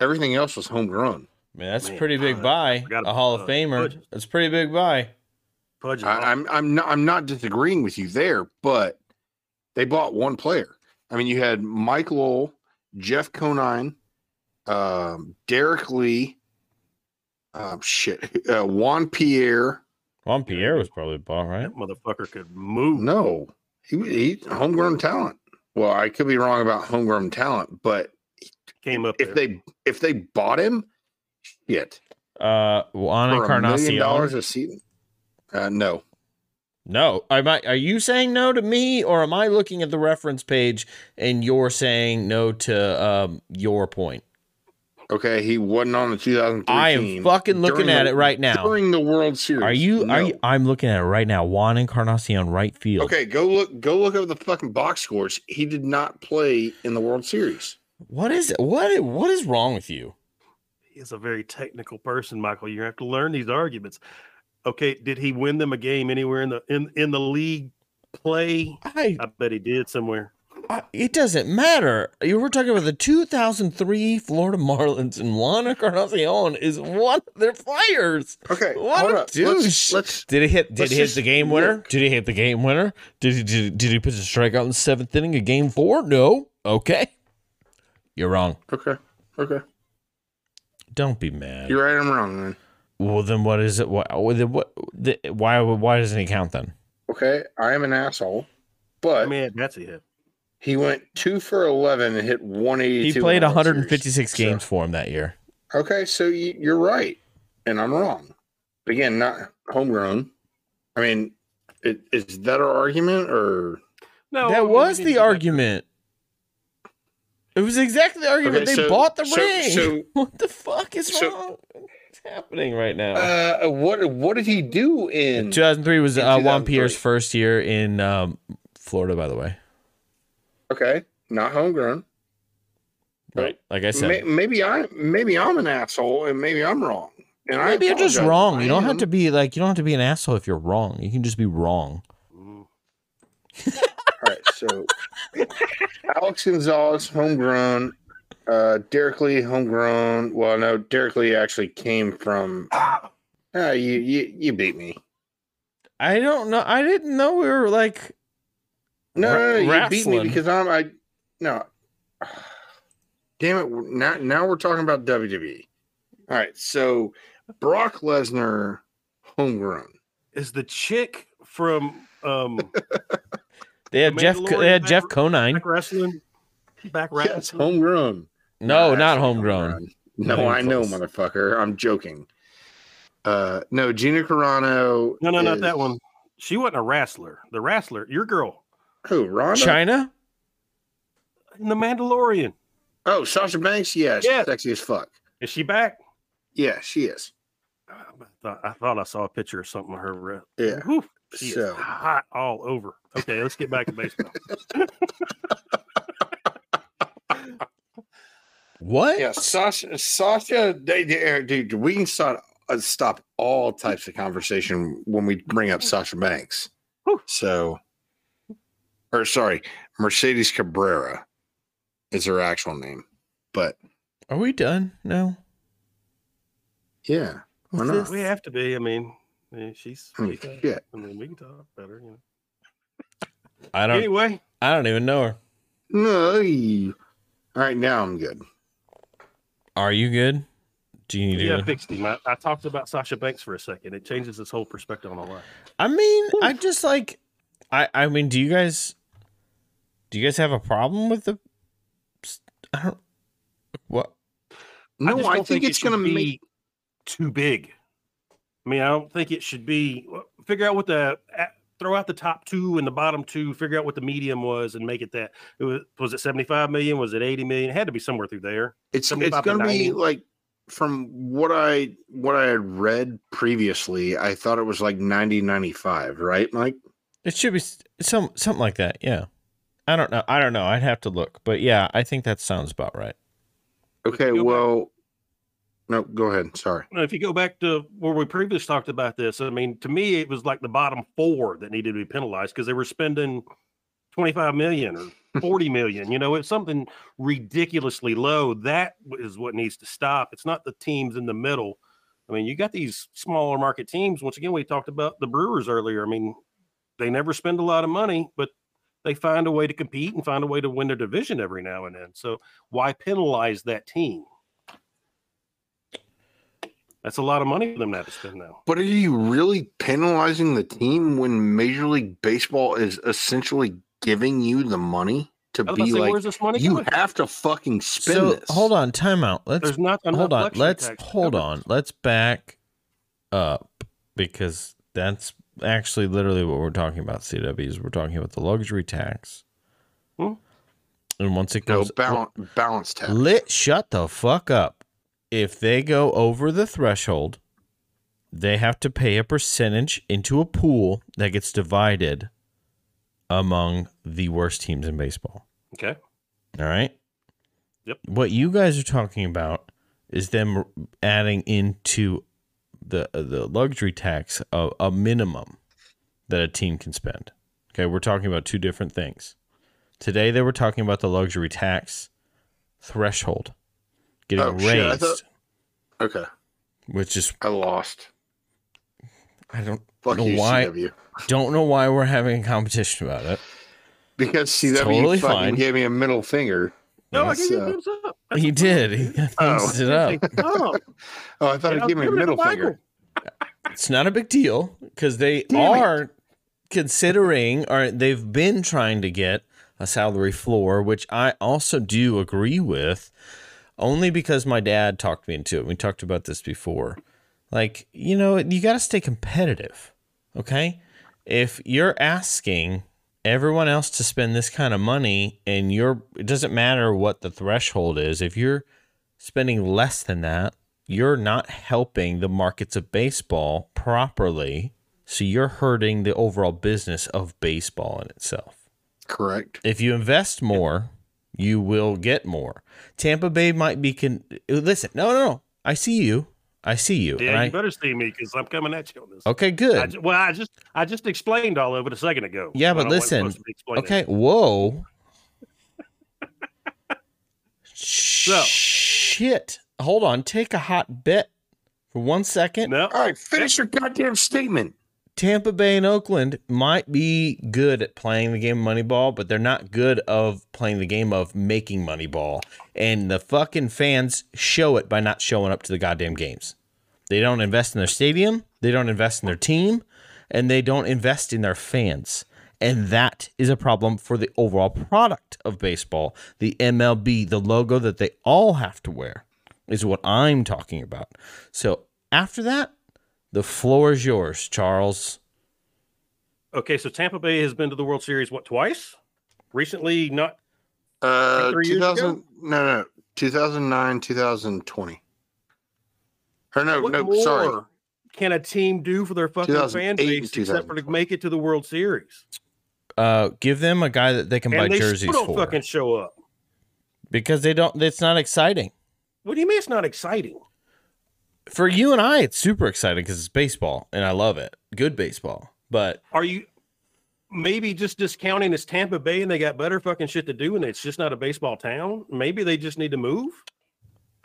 S3: Everything else was homegrown.
S2: Man, that's a
S4: Man,
S2: pretty big
S4: Pudge.
S2: buy.
S4: Forgot
S2: A
S4: about
S2: Hall of
S4: Pudge.
S2: Famer.
S4: Pudge.
S2: That's a pretty big buy.
S4: Pudge is awesome.
S3: I, I'm I'm not I'm not disagreeing with you there, but they bought one player. I mean, you had Mike Lowell, Jeff Conine, um, Derek Lee, um, shit, uh, Juan Pierre.
S2: Juan Pierre was probably bought, right?
S4: That motherfucker could move.
S3: No, he he homegrown talent. Well, I could be wrong about homegrown talent, but
S4: Came up
S3: if
S4: there.
S3: they if they bought him, shit.
S2: Uh, Juan
S3: for a million dollars
S2: Encarnacion.
S3: a season? Uh, no,
S2: No, am I? Are you saying no to me, or am I looking at the reference page and you're saying no to um your point?
S3: okay, he wasn't on the 2003
S2: I am
S3: team
S2: fucking looking
S3: during
S2: at
S3: the-
S2: it right now.
S3: during the World Series.
S2: Are you? Are
S3: No.
S2: you? I'm looking at it right now. Juan Encarnacion, right field.
S3: Okay, go look. Go look over the fucking box scores. He did not play in the World Series.
S2: What is what? What is wrong with you?
S4: He's a very technical person, Michael. You have to learn these arguments. Okay, did he win them a game anywhere in the in in the league play?
S2: I,
S4: I bet he did somewhere.
S2: I it doesn't matter. You were talking about the 2003 Florida Marlins, and Juan Encarnacion is one of their players.
S3: Okay,
S2: What
S3: hold
S2: a
S3: up.
S2: douche.
S3: Let's, let's
S2: Did he hit? Did
S3: Let's
S2: he hit
S3: just
S2: the game winner?
S3: look.
S2: Did he hit the game winner? Did he? Did, did he pitch a strikeout in the seventh inning of game four? No. Okay. You're wrong.
S3: okay, okay.
S2: Don't be mad.
S3: You're right. I'm wrong, man.
S2: well, then what is it? Why? well, then What? The, why? Why doesn't he count then?
S3: Okay, I am an asshole, but
S4: Man, that's it.
S3: he went two for eleven and hit 182.
S2: He
S3: in
S2: played
S3: the World
S2: 156
S3: Series. So-
S2: games for him that year.
S3: Okay, so you, you're right, and I'm wrong. But again, not homegrown. I mean, i- is that our argument, or
S4: No, I
S2: that
S4: mean,
S2: was
S4: he
S2: the
S4: did-
S2: argument. It was exactly the argument.
S3: Okay,
S2: they
S3: so-
S2: bought the
S3: so-
S2: ring.
S3: so-
S2: what the fuck is
S3: so-
S2: wrong? What's happening right now?
S3: uh, what? What did he do in?
S2: 2003 was
S3: in
S2: uh, Juan
S3: 2003.
S2: Pierre's first year in um, Florida, by the way.
S3: Okay, not homegrown.
S2: Right. Like I said,
S3: May, maybe I, maybe I'm an asshole, and maybe I'm wrong. And I
S2: Maybe you're just
S3: apologize if
S2: wrong.
S3: I
S2: You don't have
S3: am.
S2: to be like you don't have to be an asshole if you're wrong. You can just be wrong.
S3: All
S4: Mm.
S3: right, so Alex Gonzalez, homegrown. Uh, Derek Lee, homegrown. Well, no, Derek Lee actually came from. Ah, you, you you beat me.
S2: I don't know. I didn't know we were like
S3: No, no, no,
S2: Ra-
S3: you beat me
S2: wrestling.
S3: because I'm I. No, damn it! we're- Now now we're talking about WWE. All right, so Brock Lesnar, homegrown.
S4: Is the chick from um
S2: they had
S4: The
S2: Jeff. They had
S4: Mandalorian
S2: Jeff
S4: back-
S2: Conine.
S4: back wrestling? Back wrestling?
S3: Yes, homegrown.
S2: No,
S3: Nah,
S2: not
S3: actually,
S2: homegrown. Not
S3: No,
S2: even
S3: I know,
S2: close.
S3: motherfucker. I'm joking. Uh, no, Gina Carano.
S4: No, no, not
S3: is-
S4: that one. She wasn't a wrestler. The wrestler, your girl
S3: Who? Ronda.
S2: China.
S4: in The Mandalorian.
S3: Oh, Sasha Banks. Yeah, she's
S4: Yeah.
S3: sexy as fuck.
S4: Is she back?
S3: Yeah, she is.
S4: I thought I, thought I saw a picture of something of her. re-
S3: Yeah.
S4: Whew, she
S3: So-
S4: is hot all over. Okay, let's get back to baseball.
S2: What?
S3: Yeah, Sasha. Sasha. They, they, dude, we can start uh, stop all types of conversation when we bring up Sasha Banks.
S4: Whew.
S3: So, or sorry, Mercedes Cabrera is her actual name, but
S2: Are we done? No.
S3: yeah, why
S2: What's
S3: not?
S4: we have to be. I mean, eh, she's.
S3: I mean,
S4: she's hot.
S3: shit.
S4: I mean, we can talk better. You
S2: I
S4: know.
S2: don't.
S4: Anyway,
S2: I don't even know her.
S3: No. All right, now I'm good.
S2: Are you good? Do you need to?
S4: yeah,
S2: go?
S4: I fixed him. I, I talked about Sasha Banks for a second. It changes his whole perspective on life.
S2: I mean, I just like I I mean, do you guys do you guys have a problem with the I don't what
S3: No,
S4: just
S3: I,
S4: don't
S3: think,
S4: it
S3: it's going to
S4: should be
S3: make.
S4: too big. I mean, I don't think it should be. Figure out what the a- throw out the top two and the bottom two. Figure out what the medium was and make it that. It was, was it seventy five million? Was it eighty million? It had to be somewhere through there.
S3: It's
S4: Something
S3: it's
S4: about the
S3: going to be
S4: 90s.
S3: like from what I what I had read previously. I thought it was like 90, 95, right, Mike?
S2: it should be s- some something like that. Yeah. I don't know. I don't know. I'd have to look. But yeah, I think that sounds about right.
S3: Okay,
S4: go back-
S3: well, no, go ahead. Sorry.
S4: Now, if you go back to where we previously talked about this, I mean, to me, it was like the bottom four that needed to be penalized because they were spending twenty five million or forty million. You know, it's something ridiculously low. That is what needs to stop. It's not the teams in the middle. I mean, you got these smaller market teams. Once again, we talked about the Brewers earlier. I mean, they never spend a lot of money, but they find a way to compete and find a way to win their division every now and then. So why penalize that team? That's a lot of money for them not to spend now.
S3: But are you really penalizing the team when Major League Baseball is essentially giving you the money to
S4: I was about
S3: be
S4: to say,
S3: like
S4: where's this money
S3: you
S4: coming from?
S3: have to fucking spend
S2: so
S3: this?
S2: hold on, time out. Let's
S4: There's not enough
S2: hold on.
S4: luxury
S2: Let's
S4: tax to
S2: hold
S4: cover it.
S2: on. Let's back up because that's actually literally what we're talking about. CW is we're talking about the luxury tax.
S4: Hmm.
S2: And once it
S3: No
S2: goes
S3: balance balance tax.
S2: Lit, shut the fuck up. If they go over the threshold, they have to pay a percentage into a pool that gets divided among the worst teams in baseball.
S4: Okay.
S2: All right.
S4: Yep.
S2: What you guys are talking about is them adding into the uh, the luxury tax a, a minimum that a team can spend. Okay, we're talking about two different things. Today they were talking about the luxury tax threshold getting
S3: Oh,
S2: raised,
S3: shit, I thought- Okay,
S2: which is
S3: I lost.
S2: I don't
S3: Fuck
S2: know
S3: you,
S2: why
S3: CW.
S2: don't know why we're having a competition about it.
S3: Because CW
S2: totally
S3: fucking
S2: fine.
S3: gave me a middle finger.
S4: No, I
S3: Yes,
S4: gave you a
S3: uh,
S4: thumbs up.
S2: He did. He
S3: Oh.
S2: thumbs it up.
S4: Oh,
S3: Oh, I thought it
S4: and I was
S3: gave me a
S4: giving it to
S3: middle
S4: Michael.
S3: finger.
S2: It's not a big deal because they
S3: Damn it.
S2: are considering or they've been trying to get a salary floor, which I also do agree with, only because my dad talked me into it. We talked about this before. Like, you know, you got to stay competitive. Okay. If you're asking everyone else to spend this kind of money and you're, it doesn't matter what the threshold is, if you're spending less than that, you're not helping the markets of baseball properly. So you're hurting the overall business of baseball in itself.
S3: Correct.
S2: If you invest more, you will get more. Tampa Bay might be con. Listen, no, no, no. I see you. I see you. and
S4: Yeah,
S2: I-
S4: you better see me because I'm coming at you on this.
S2: okay,
S4: I
S2: Oh, good.
S4: ju- well, I just I just explained all of it a second ago.
S2: Yeah, but
S4: I wasn't
S2: listen,
S4: supposed to be explaining
S2: Okay, whoa.
S4: So-
S2: Shit. Hold on. Take a hot bet for one
S4: it.
S2: second.
S4: No,
S3: All right, finish your goddamn statement.
S2: Tampa Bay and Oakland might be good at playing the game of Moneyball, but they're not good of playing the game of making Moneyball. And the fucking fans show it by not showing up to the goddamn games. They don't invest in their stadium, they don't invest in their team, and they don't invest in their fans. And that is a problem for the overall product of baseball. The MLB, the logo that they all have to wear, is what I'm talking about. So after that, the floor is yours, Charles.
S4: okay. So Tampa Bay has been to the World Series what twice? Recently, not
S3: Uh,
S4: Like three years
S3: 2000, no, no, 2009, 2020. Or no,
S4: what
S3: no,
S4: more
S3: sorry.
S4: can a team do for their fucking
S3: 2008,
S4: fan base except for to
S3: 2012.
S4: make it to the World Series?
S2: Uh, give them a guy that they can
S4: and
S2: buy
S4: they
S2: jerseys
S4: still don't
S2: for
S4: fucking show up.
S2: because they don't. It's not exciting
S4: What do you mean it's not exciting?
S2: for you and I. It's super exciting because it's baseball and I love it. Good baseball, but
S4: Are you maybe just discounting it's Tampa Bay and they got better fucking shit to do and it's just not a baseball town? Maybe they just need to move.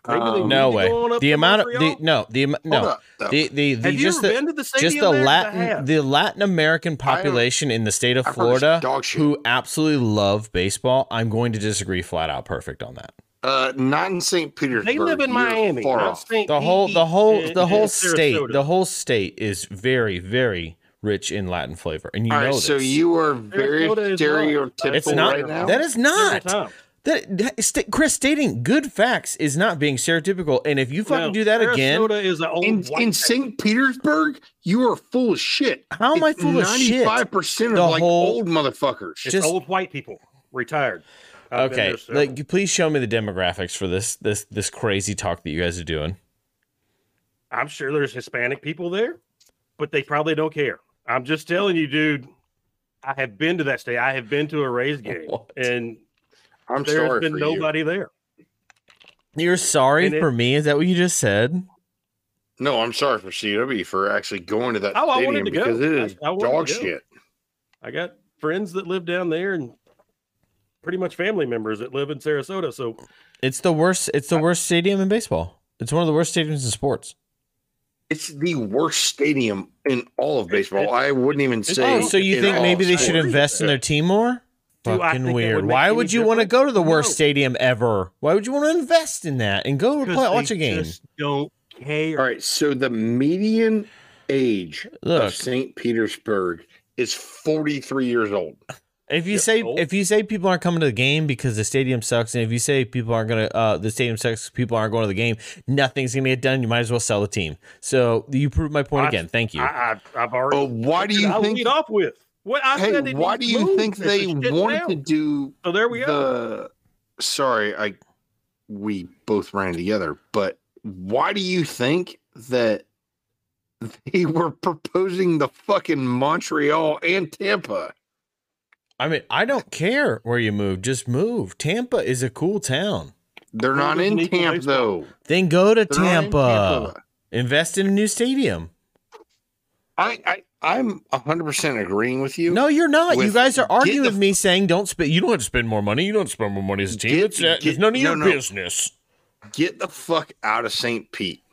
S4: Maybe they
S3: Um,
S4: need
S2: no
S4: to
S2: way.
S4: go on up
S2: The
S4: to
S2: amount of the
S4: Montreal?
S2: no the am-
S3: Hold
S2: no
S3: up, though.
S2: the the, the
S4: Have you
S2: just
S4: ever
S2: the
S4: been to the stadium?
S2: just the
S4: there? I
S2: Latin
S4: have.
S2: the Latin American population in the state of
S3: I've heard it's
S2: Florida
S3: dog shit.
S2: who absolutely love baseball. I'm going to disagree flat out perfect on that.
S3: Uh, not in St. Petersburg.
S4: They live in
S3: You're
S4: Miami.
S3: Far
S4: not
S3: off.
S4: St.
S2: the whole
S4: Pete
S2: the whole
S4: and-
S2: the whole
S4: and
S2: state
S4: Sarasota.
S2: the whole state is very very rich in latin flavor and you
S3: All
S2: know
S3: right,
S2: this.
S3: so you are very
S4: Minnesota is not.
S3: stereotypical
S2: it's not
S3: right now.
S2: that is not
S4: Several times.
S2: that, that sta- chris stating good facts is not being stereotypical and if you fucking
S4: No,
S2: do that again
S4: Sarasota is an old
S3: in,
S4: white
S3: in
S4: town.
S3: St. Petersburg, you are full of shit.
S2: how am i
S3: It's
S2: full of shit
S3: 95% of
S2: The
S3: like
S2: whole-
S3: old motherfuckers.
S4: It's
S2: Just-
S4: old white people retired. I've been
S2: okay
S4: there several-
S2: like you please show me the demographics for this this this crazy talk that you guys are doing
S4: I'm sure there's Hispanic people there, but they probably don't care. I'm just telling you, dude. I have been to that state. I have been to a Rays game,
S2: What?
S4: and
S3: I'm
S4: there's
S3: sorry
S4: been
S3: for
S4: nobody there.
S2: you're sorry
S4: And it-
S2: for me is that what you just said
S3: you. No, I'm sorry for CW for actually going to that
S4: Oh, I
S3: stadium
S4: wanted to go.
S3: because it is
S4: I- I wanted
S3: dog
S4: to go.
S3: shit.
S4: I got friends that live down there, and pretty much family members that live in Sarasota. So
S2: it's the worst it's the worst stadium in baseball it's one of the worst stadiums in sports
S3: It's the worst stadium in all of baseball.
S4: it-
S3: I wouldn't even say.
S2: Oh, so you
S3: in
S2: think
S3: all
S2: maybe
S3: of
S2: they should
S3: sports.
S2: invest in their team more?
S4: Do I think
S2: Fucking
S4: that would
S2: weird.
S4: make
S2: Why
S4: any
S2: would you want to
S4: difference?
S2: go to the worst
S4: No.
S2: stadium ever? Why would you want to invest in that and go to play,
S4: Because
S2: watch
S4: they
S2: a game?
S4: just don't care.
S3: All right, so the median age
S2: Look,
S3: of St. Petersburg is 43 years old.
S2: if you
S4: Yeah,
S2: say
S4: no.
S2: if you say people aren't coming to the game because the stadium sucks, and if you say people aren't gonna uh, the stadium sucks, people aren't going to the game, nothing's gonna get done. You might as well sell the team. So you proved my point
S4: I-
S2: again. Thank you.
S4: I, I, I've already.
S3: Oh, why do
S4: Did
S3: you
S4: I
S3: think?
S4: lead off with what I said
S3: Hey,
S4: it
S3: why do
S4: needs
S3: you
S4: moved.
S3: think
S4: It's a
S3: they
S4: shit
S3: want
S4: town.
S3: to do
S4: So there we go.
S3: the? Sorry, I we both ran together, but why do you think that they were proposing the fucking Montreal and Tampa?
S2: I mean, I don't care where you move. Just move. Tampa is a cool town.
S3: They're not
S4: Doesn't
S3: in
S4: equal
S3: Tampa
S4: baseball.
S3: though.
S2: Then go to
S3: They're not in
S2: Tampa. Invest in a new stadium.
S3: I, I I'm 100 percent agreeing with you.
S2: No, you're not. You
S3: with-
S2: guys are arguing
S3: get the
S2: with me saying don't spend. You don't have to spend more money. You don't spend more money as a team.
S3: Get-
S2: it's, uh, it's
S3: get-
S2: none of your
S3: no, no.
S2: business.
S3: get the fuck out of St. Pete.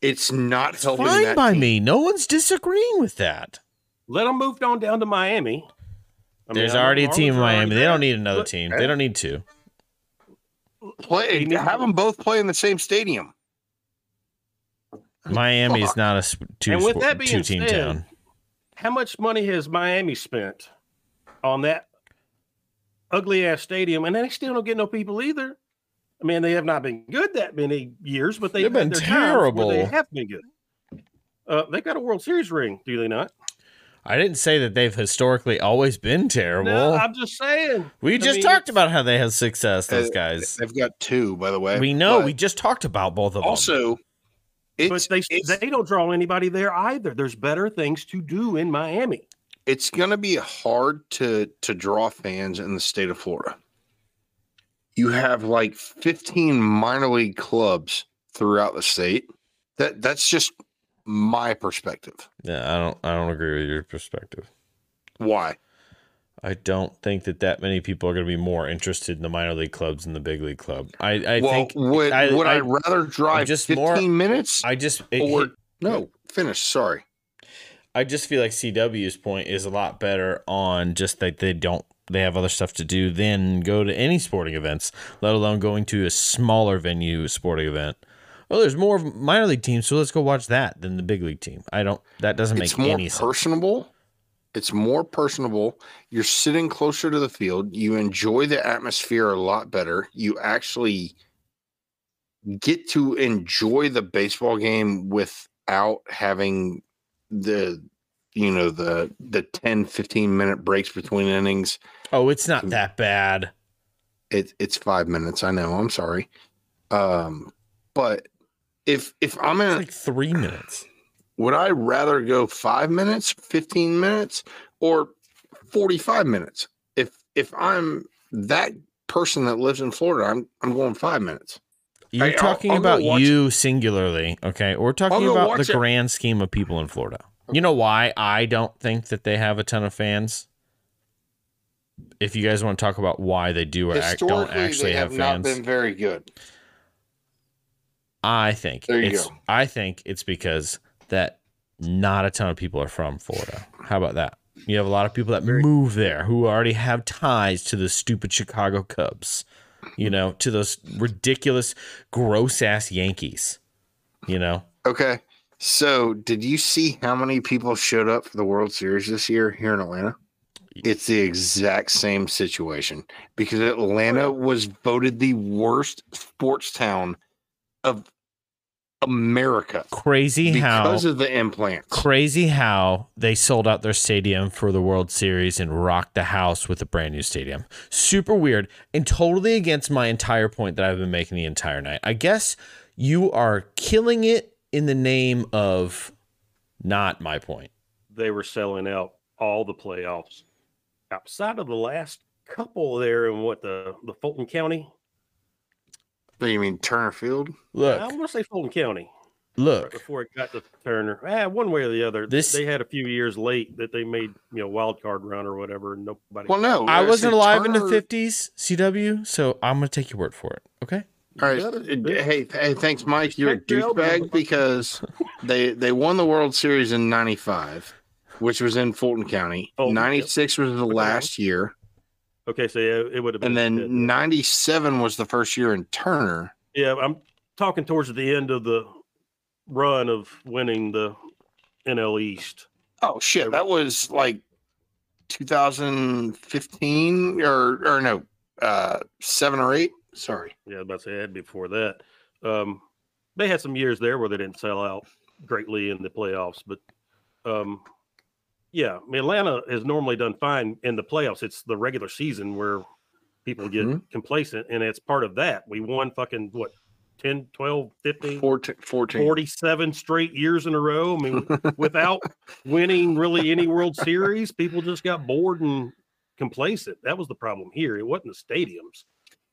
S3: It's not
S2: It's
S3: helping.
S2: fine
S3: that
S2: by
S3: team.
S2: me. No one's disagreeing with that.
S4: Let them move on down to Miami. I mean,
S2: There's
S4: I know
S2: already a
S4: Marlins
S2: team in
S4: are already
S2: Miami. They
S4: there.
S2: don't need another
S4: Look, eh.
S2: team. They don't need two.
S3: Play,
S4: They need-
S3: have them both play in the same stadium.
S2: Miami is not a sp- two,
S4: And with
S2: sport-
S4: that being
S2: two team
S4: said-
S2: town.
S4: How much money has Miami spent on that ugly ass stadium? And they still don't get no people either. I mean, they have not been good that many years, but they've,
S2: They've
S4: had
S2: been
S4: their times where
S2: terrible.
S4: They have been good. Uh, they got a World Series ring, do they not?
S2: I didn't say that they've historically always been terrible.
S4: No, I'm just saying.
S2: we
S4: I
S2: just
S4: mean,
S2: talked
S4: it's-
S2: about how they have success. Those
S3: Uh,
S2: guys.
S3: They've got two, by the way.
S2: We know.
S3: but
S2: We just talked about both of them.
S3: also,
S4: But
S3: it's
S4: they
S3: it's,
S4: they don't draw anybody there either. There's better things to do in Miami.
S3: it's gonna be hard to to draw fans in the state of Florida. You have like 15 minor league clubs throughout the state. That that's just my perspective.
S2: Yeah, I don't I don't agree with your perspective.
S3: Why?
S2: I don't think that that many people are going to be more interested in the minor league clubs than the big league club. I, I
S3: well,
S2: think
S3: would
S2: I-
S3: would I,
S2: I-
S3: rather drive
S2: just
S3: fifteen
S2: more-
S3: minutes
S2: I just it
S3: or
S2: hit-
S3: no? Finish. Sorry.
S2: I just feel like CW's point is a lot better on just that they don't they have other stuff to do than go to any sporting events, let alone going to a smaller venue sporting event. Oh, there's more minor league teams, so let's go watch that than the big league team. I don't. That doesn't make
S3: It's more
S2: any sense.
S3: personable. It's more personable. You're sitting closer to the field. You enjoy the atmosphere a lot better. You actually get to enjoy the baseball game without having the you know the the 10 15 minute breaks between innings
S2: Oh, it's
S3: Mm.
S2: not that bad.
S3: it, it's five minutes i know i'm sorry um but if if i'm in
S2: It's like three minutes.
S3: would I rather go five minutes, 15 minutes, or 45 minutes? If if I'm that person that lives in Florida, I'm I'm going five minutes.
S2: You're
S3: Hey, I'll-
S2: talking
S3: I'll go
S2: about
S3: watch-
S2: you singularly, okay? We're talking
S3: go
S2: about the
S3: watch it.
S2: grand scheme of people in Florida. You know why I don't think that they have a ton of fans? If you guys want to talk about why they do or act, don't actually have, fans,
S3: very good.
S2: I think
S3: There you
S2: it's
S3: go.
S2: I think it's because that not a ton of people are from Florida. How about that? You have a lot of people that move there who already have ties to the stupid Chicago Cubs, you know, to those ridiculous, gross ass Yankees, you know.
S3: Okay. So did you see how many people showed up for the World Series this year here in Atlanta? It's the exact same situation because Atlanta was voted the worst sports town of America
S2: Crazy how
S3: because of the implants.
S2: crazy how they sold out their stadium for the World Series and rocked the house with a brand new stadium. Super weird and totally against my entire point that I've been making the entire night. I guess you are killing it in the name of not my point.
S4: They were selling out all the playoffs outside of the last couple there in what the, the Fulton County.
S3: What do you mean Turner Field?
S4: I
S2: Look,
S4: want to say Fulton County right
S2: look.
S4: before it got to Turner. Ah, one way or the other.
S2: This-
S4: they had a few years late that they made you know wild card run or whatever, and nobody.
S3: Well, no,
S2: I wasn't
S3: see,
S2: alive in the
S3: Turner-
S2: 50s, CW, so I'm going to take your word for it. Okay?
S3: All right, hey, hey, thanks, Mike. You're a
S4: Check your elbow.
S3: douchebag because they they won the World Series in '95, which was in Fulton County.
S4: Fulton, yep.
S3: '96 was the last year,
S4: okay, so yeah, it would have been.
S3: and then '97 was the first year in Turner.
S4: yeah, I'm talking towards the end of the run of winning the NL East.
S3: Oh shit, that was like 2015 or or no, uh, seven or eight. Sorry.
S4: Yeah, I was about to say that before that. Um, they had some years there where they didn't sell out greatly in the playoffs, but um, yeah, I mean, Atlanta has normally done fine in the playoffs. It's the regular season where people get
S3: Mhm.
S4: complacent, and it's part of that. We won fucking what 10, 12, 15,
S3: 14, 14.
S4: 47 straight years in a row. I mean, without winning really any World Series, people just got bored and complacent. That was the problem here. It wasn't the stadiums.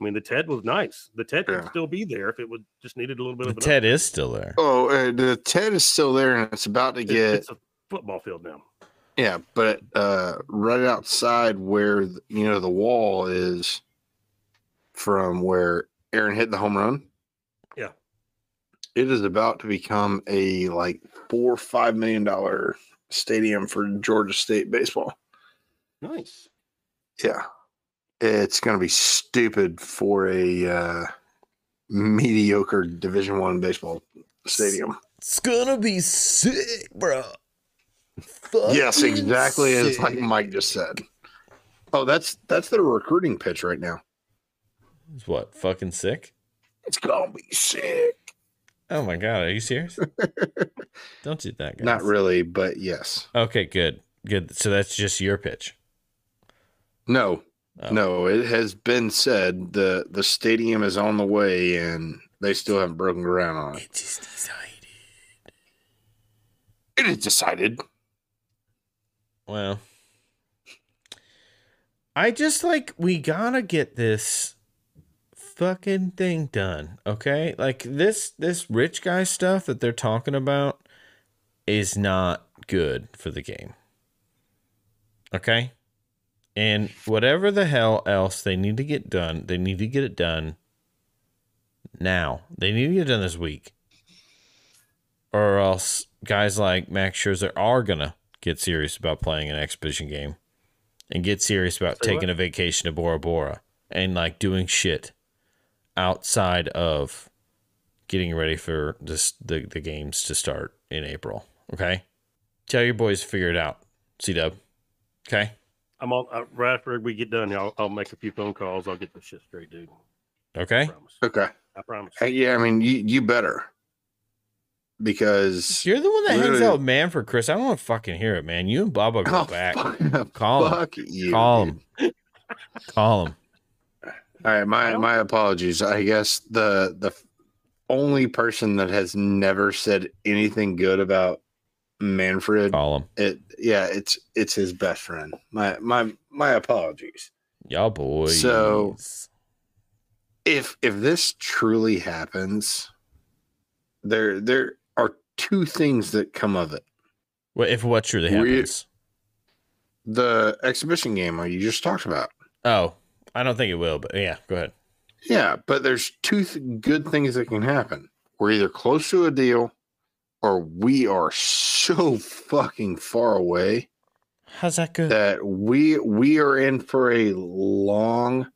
S4: I mean, the TED was nice. The TED
S3: Yeah.
S4: could still be there if it would just needed a little bit
S2: The
S4: of an.
S2: Ted is still there.
S3: Oh, uh, the Ted is still there, and it's about to
S4: update. It-
S3: get
S4: It's a football field now.
S3: Yeah, but uh, right outside where th- you know the wall is from where Aaron hit the home run.
S4: Yeah.
S3: It is about to become a like four or five million dollar stadium for Georgia State baseball.
S4: Nice.
S3: Yeah. It's gonna be stupid for a uh, mediocre division one baseball stadium.
S2: It's going to be sick, bro.
S3: Yes,
S2: Fucking
S3: exactly as
S2: sick.
S3: like Mike just said. Oh, that's that's the recruiting pitch right now.
S2: It's What, fucking sick?
S3: It's gonna be sick.
S2: Oh my god, are you serious? Don't do that, guys.
S3: Not really, but yes.
S2: Okay, good, good. So that's just your pitch.
S3: No,
S2: Oh.
S3: no. It has been said the the stadium is on the way, and they still haven't broken ground on it.
S2: It is decided.
S3: It is decided.
S2: Well, I just like we gotta get this fucking thing done. Okay? Like this this rich guy stuff that they're talking about is not good for the game. Okay? And whatever the hell else they need to get done, they need to get it done now. They need to get it done this week. Or else guys like Max Scherzer are gonna get serious about playing an exhibition game and get serious about
S4: Say
S2: taking a vacation to Bora Bora and like doing shit outside of getting ready for this the, the games to start in April. Okay. Tell your boys to figure it out. C dub. Okay.
S4: I'm on uh, right after we get done. I'll, I'll make a few phone calls. I'll get this shit straight, dude. I
S2: Okay.
S4: promise.
S3: Okay.
S4: I promise.
S3: Hey, yeah, I mean, you, you better because
S2: You're the one that hangs
S3: Literally-
S2: out with Manfred, Chris. I don't want to fucking hear it, man. You and Baba go
S3: oh,
S2: back.
S3: fuck,
S2: Call him.
S3: fuck you.
S2: Call
S3: dude.
S2: him. Call him.
S3: All right, my my apologies. I guess the the only person that has never said anything good about Manfred,
S2: Call him.
S3: it yeah, it's it's his best friend. My my my apologies.
S2: Y'all boys.
S3: So- If if this truly happens, there there are two things that come of it.
S2: Well, if what truly
S3: We-
S2: happens?
S3: The exhibition game like you just talked about.
S2: Oh, I don't think it will, but yeah, go ahead.
S3: Yeah, but there's two th- good things that can happen. We're either close to a deal or we are so fucking far away
S2: How's that good?
S3: that we we are in for a long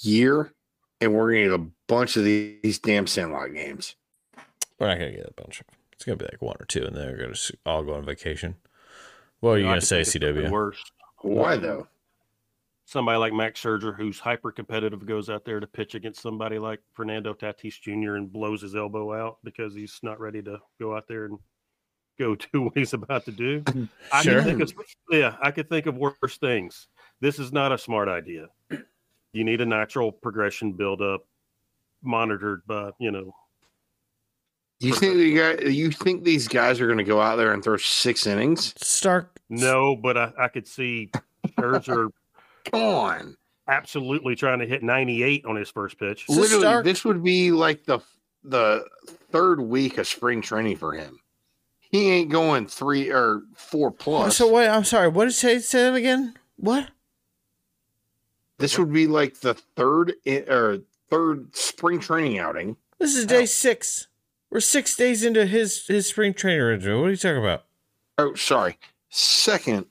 S3: year and we're going to get a bunch of these, these damn Sandlot games.
S2: We're not gonna get a bunch of. It's gonna be like one or two, and then we're gonna s- all go on vacation. What are you
S4: know, I
S2: gonna
S4: could
S2: say,
S4: think of something
S2: CW?
S4: Worse.
S3: Why though?
S4: Somebody like Max Scherzer, who's hyper competitive, goes out there to pitch against somebody like Fernando Tatis Jr. and blows his elbow out because he's not ready to go out there and go two ways about to do. I
S2: Sure.
S4: could think of, yeah, I could think of worse things. This is not a smart idea. You need a natural progression buildup, monitored by you know.
S3: You think the guy, you think these guys are going to go out there and throw 6 innings?
S2: Stark.
S4: No, but I, I could see Scherzer
S3: Come on.
S4: absolutely trying to hit 98 on his first pitch.
S2: So
S3: Literally
S2: Stark-
S3: this would be like the the third week of spring training for him. He ain't going 3 or 4 plus.
S2: Oh, So wait, I'm sorry. What did you say? Say that again. What?
S3: This would be like the third i- or third spring training outing.
S2: This is day
S3: Oh.
S2: six. We're six days into his his spring training regimen. What are you talking about?
S3: Oh, sorry. Second.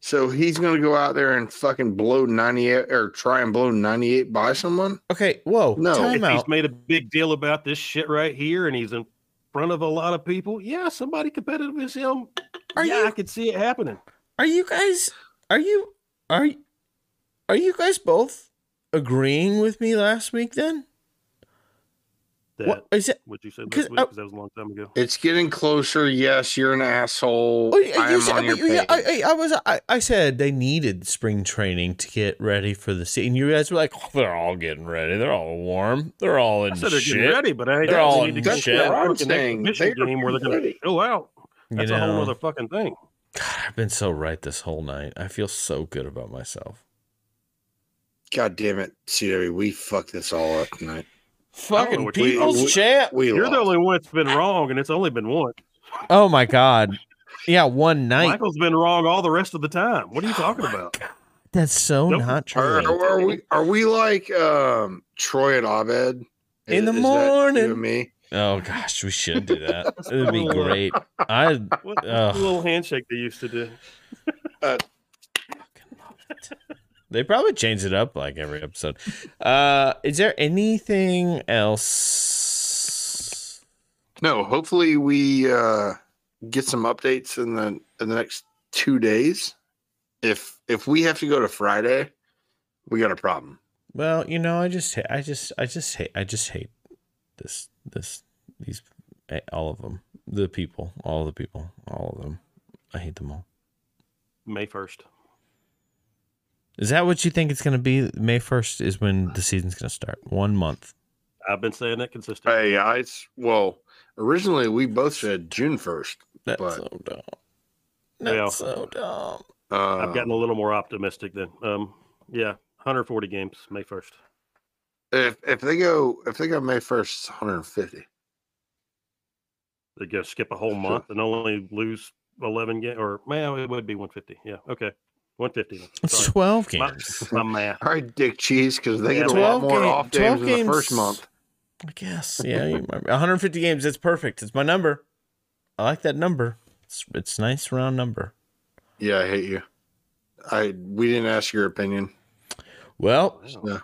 S3: So he's going to go out there and fucking blow 98 or try and blow 98 by someone?
S2: Okay. Whoa.
S3: No.
S2: Time
S4: If he's
S2: out.
S4: made a big deal about this shit right here and he's in front of a lot of people, yeah, somebody competitive as him.
S2: Are
S4: yeah,
S2: you-
S4: I could see it happening.
S2: Are you guys? Are you? Are? y- Are you guys both agreeing with me last week? Then
S4: That
S2: what uh, is it?
S4: would you say
S2: 'Cause
S4: last week?
S2: I-
S4: 'Cause that was a long time ago.
S3: It's getting closer. Yes, you're an asshole.
S2: Oh, you,
S3: I
S2: you
S3: am
S2: said,
S3: on your
S2: you- you-
S3: page.
S2: I, I- I was I, I said they needed spring training to get ready for the season. You guys were like, oh, they're all getting ready. They're all warm. They're all in
S4: I said they're
S2: shit.
S4: getting ready, but I
S2: They're all
S4: need to
S2: in
S4: go
S2: shit.
S4: to that
S3: I'm
S4: fucking
S3: saying
S4: exhibition
S3: they're
S4: game where they're going to
S3: ready.
S4: go out.
S2: You
S4: That's a
S2: know?
S4: whole other fucking thing.
S2: God, I've been so right this whole night. I feel so good about myself.
S3: God damn it, CW. We fucked this all up tonight.
S4: know
S2: Fucking
S4: what you- we-
S2: people's
S3: we-
S2: champ.
S3: We
S4: You're the
S3: lost.
S4: only one that's been wrong, and it's only been one.
S2: Oh my god. Yeah, one night.
S4: Michael's been wrong all the rest of the time. What are you talking about?
S2: That's so
S4: Nope.
S2: not
S3: Are,
S2: true.
S3: are, are we are we like um Troy and Abed
S2: In the
S3: that
S2: morning.
S3: You and me.
S2: Oh gosh, we should do that. It would be great. I fucking
S4: What
S2: Ugh.
S4: the little handshake they used to do?
S2: love it. They probably change it up like every episode. Uh is there anything else?
S3: No, hopefully we uh get some updates in the in the next two days. If if we have to go to Friday, we got a problem.
S2: Well, you know, I just hate, I just I just hate I just hate this this these eh, all of them. The people, all the people, all of them. I hate them all.
S4: May 1st.
S2: Is that what you think it's going to be? May 1st is when the season's going to start. One month.
S4: I've been saying that consistently.
S3: Hey, I it's well originally we both said June first.
S2: That's
S3: But-
S2: so dumb. That's so
S4: Well.
S2: dumb.
S3: Uh,
S4: Um, I've gotten a little more optimistic then. Um, yeah, 140 games, May 1st.
S3: If if they go if they go May first, it's 150.
S4: They go skip a whole
S3: Sure.
S4: month and only lose eleven games, or well, it would be one fifty. Yeah, okay, one fifty.
S2: It's twelve games.
S4: My, my math.
S3: All right, Dick Cheese, because they
S4: Yeah,
S3: get a lot
S2: 12
S3: more
S2: game-
S3: off
S2: 12
S3: games in the
S2: games.
S3: first month.
S2: I guess. Yeah, you might- 150 games. That's perfect. It's my number. I like that number. It's it's a nice round number.
S3: Yeah, I hate you. I we didn't ask your opinion.
S2: Well,
S4: Wow.
S3: No.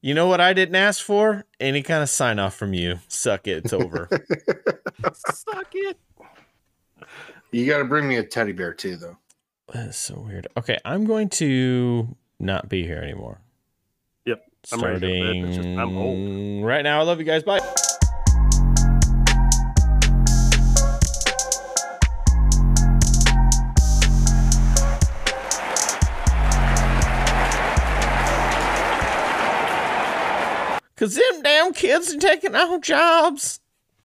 S2: you know what I didn't ask for? Any kind of sign off from you. Suck it. It's over.
S4: Suck it.
S3: You got to bring me a teddy bear too, though.
S2: That's so weird. Okay, I'm going to not be here anymore.
S4: Yep, I'm ready to go to bed.
S2: Starting
S4: It's just- I'm old.
S2: right now. I love you guys. Bye. Cause them damn kids are taking our jobs.